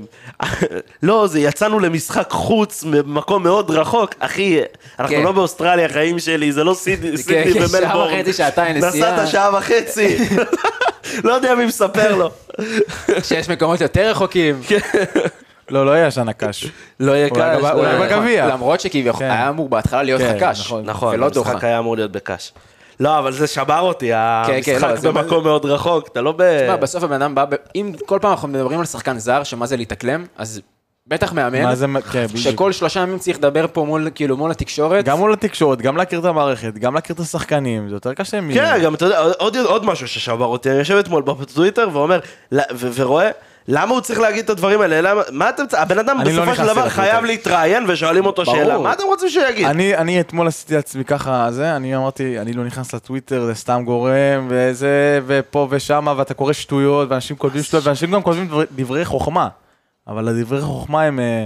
לא, זה יצאנו למשחק חוץ במקום מאוד רחוק. אחי, אנחנו
כן.
לא באוסטרליה, חיים שלי, זה לא סיד- סידני
כן, שעה
ומלבורן.
וחצי, שעתיים נסיעה.
נסעת שעה וחצי. לא יודע מי מספר לו.
שיש מקומות יותר רחוקים.
כן.
לא, לא יהיה שנה קש.
לא יהיה
אולי
קל.
בב- אולי
לא יהיה
בגביע.
נכון. למרות שכביכול,
כן.
היה אמור בהתחלה להיות
כן,
לך קש.
נכון.
נכון,
ולא
המשחק
דוחה.
היה אמור להיות בקאש. לא, אבל זה שבר אותי,
כן, כן, לא,
המשחק
זה-
במקום מאוד רחוק, אתה לא ב...
כן.
תשמע, בסוף הבן אדם בא, ב- אם כל פעם אנחנו מדברים על שחקן זר, שמה זה להתאקלם, אז בטח מאמן,
מה זה... מ- כן, בדיוק.
שכל שלושה ימים צריך לדבר פה מול, כאילו, מול התקשורת.
גם מול התקשורת, גם להכיר את המערכת, גם להכיר את השחקנים, זה יותר קשה מ...
כן, גם אתה יודע, עוד, עוד משהו ששבר אותי, אני יושב אתמול בטוויטר ואומר, ל- ו- ורואה, למה הוא צריך להגיד את הדברים האלה? למה, מה אתם, צ- הבן אדם
אני לא
בסופו של
נכנסתי
דבר
לטוויטר.
חייב להתראיין ושואלים אותו
ברור.
שאלה, מה אתם רוצים שהוא יגיד?
אני, אני אתמול עשיתי לעצמי ככה זה, אני אמרתי, אני לא נכנס לטוויטר, זה סתם גורם, וזה, ופה ושמה, ואתה קורא שטויות, ואנשים כותבים שטויות, ואנשים גם כותבים דבר, דברי חוכמה. אבל הדברי חוכמה הם אה,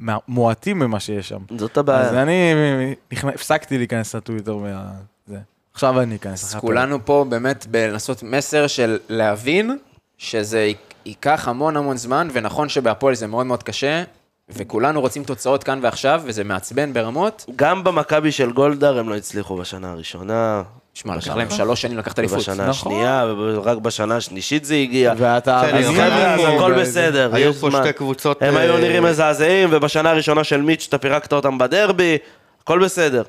מ- מועטים ממה שיש שם.
זאת הבעיה.
אז אני נכנ- הפסקתי להיכנס לטוויטר מה... זה. עכשיו אני אכנס.
אז
אחרי
כולנו פה באמת בלנסות מסר של להבין שזה יק- ייקח המון המון זמן, ונכון שבהפועל זה מאוד מאוד קשה, וכולנו רוצים תוצאות כאן ועכשיו, וזה מעצבן ברמות.
גם במכבי של גולדהר הם לא הצליחו בשנה הראשונה,
שמע, לקח להם שלוש שנים לקחת אליפות.
ובשנה
נכון.
השנייה, ורק בשנה השלישית זה הגיע.
הפרק. ואתה...
בסדר,
אז
אני
חבר'ה, אז
אומר,
הכל בסדר.
היו
יש
פה
זמן.
שתי קבוצות,
הם
אה,
היו נראים מזעזעים, ובשנה הראשונה של מיץ' אתה פירקת אותם בדרבי, הכל בסדר.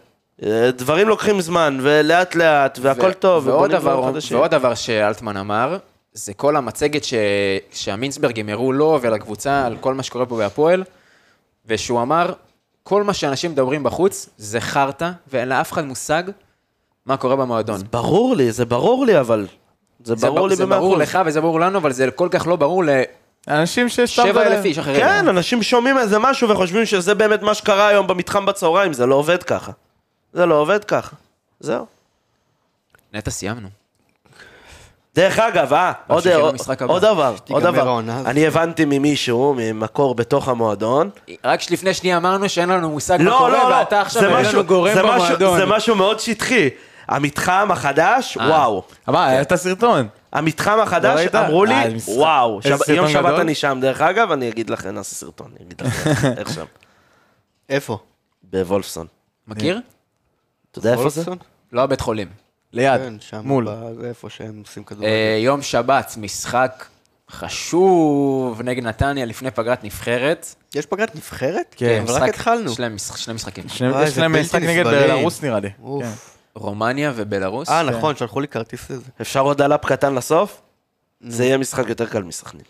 אה, דברים לוקחים זמן, ולאט לאט, והכל טוב.
ועוד
ובונים
דבר,
דברים חדשים.
ועוד דבר שאלטמן אמר, זה כל המצגת ש... שהמינסברגים הראו לו ולקבוצה על כל מה שקורה פה בהפועל, ושהוא אמר, כל מה שאנשים מדברים בחוץ זה חרטא, ואין לאף אחד מושג מה קורה במועדון.
ברור לי, זה ברור לי, אבל... זה
זה
ברור לי
זה
במאה
ברור
אחוז.
לך וזה ברור לנו, אבל זה כל כך לא ברור ל-7,000
אנשים שסתם...
איש אחרים.
כן, אנשים שומעים איזה משהו וחושבים שזה באמת מה שקרה היום במתחם בצהריים, זה לא עובד ככה. זה לא עובד ככה. זהו.
נטע, סיימנו.
דרך אגב, אה, עוד,
ממשיכים
עוד,
למשחק הבא.
עוד דבר,
תיגמר
עוד דבר.
העונה הזאת.
אני הבנתי ממישהו, ממקור בתוך המועדון,
רק שלפני שנייה אמרנו שאין לנו מושג מה
לא,
קורה,
לא, לא,
ואתה עכשיו
זה
אין
משהו-
לנו גורם
זה משהו-
במועדון.
זה משהו מאוד שטחי. המתחם החדש, וואו.
אבל היה את הסרטון.
המתחם
לא
החדש,
ראית?
אמרו לי,
אה, זה משחק-
וואו.
איזה
שב-
סרטון
יום שבת
גדול.
אני שם, דרך אגב, אני אגיד לכם, נעשה סרטון, אני אגיד לכם, איך שם,
איפה?
בוולפסון.
מכיר?
אתה יודע איפה זה?
וולפסון?
לא הבית חולים.
ליד.
כן, שם,
מול.
ב- זה איפה שהם עושים כדורגל.
אה, יום שבת, משחק חשוב נגד נתניה לפני פגרת נבחרת.
יש פגרת נבחרת?
כן,
אבל רק
משחק-
התחלנו.
שני משח- שני משחקים.
שני-
וואי,
יש
זה
להם
בלתי
משחק נגד
נסבלים.
בלרוס נראה לי.
אוף.
כן.
רומניה ובלארוס.
אה, נכון, שלחו לי כרטיס לזה.
אפשר עוד עלאפ קטן לסוף? זה יהיה משחק יותר קל מסכנין.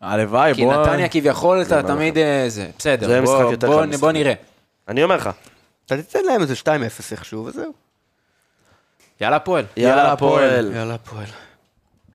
הלוואי,
כי
בוא...
נתניה כביכול אתה
אומר
תמיד אה, זה,
זה
בסדר,
משחק
בוא-
יותר
בוא- בוא
חד, משחק.
נראה.
אני אומר לך,
אתה תיתן להם איזה 2-0 איכשהו וזהו.
יאללה הפועל.
יאללה הפועל.
יאללה, פועל.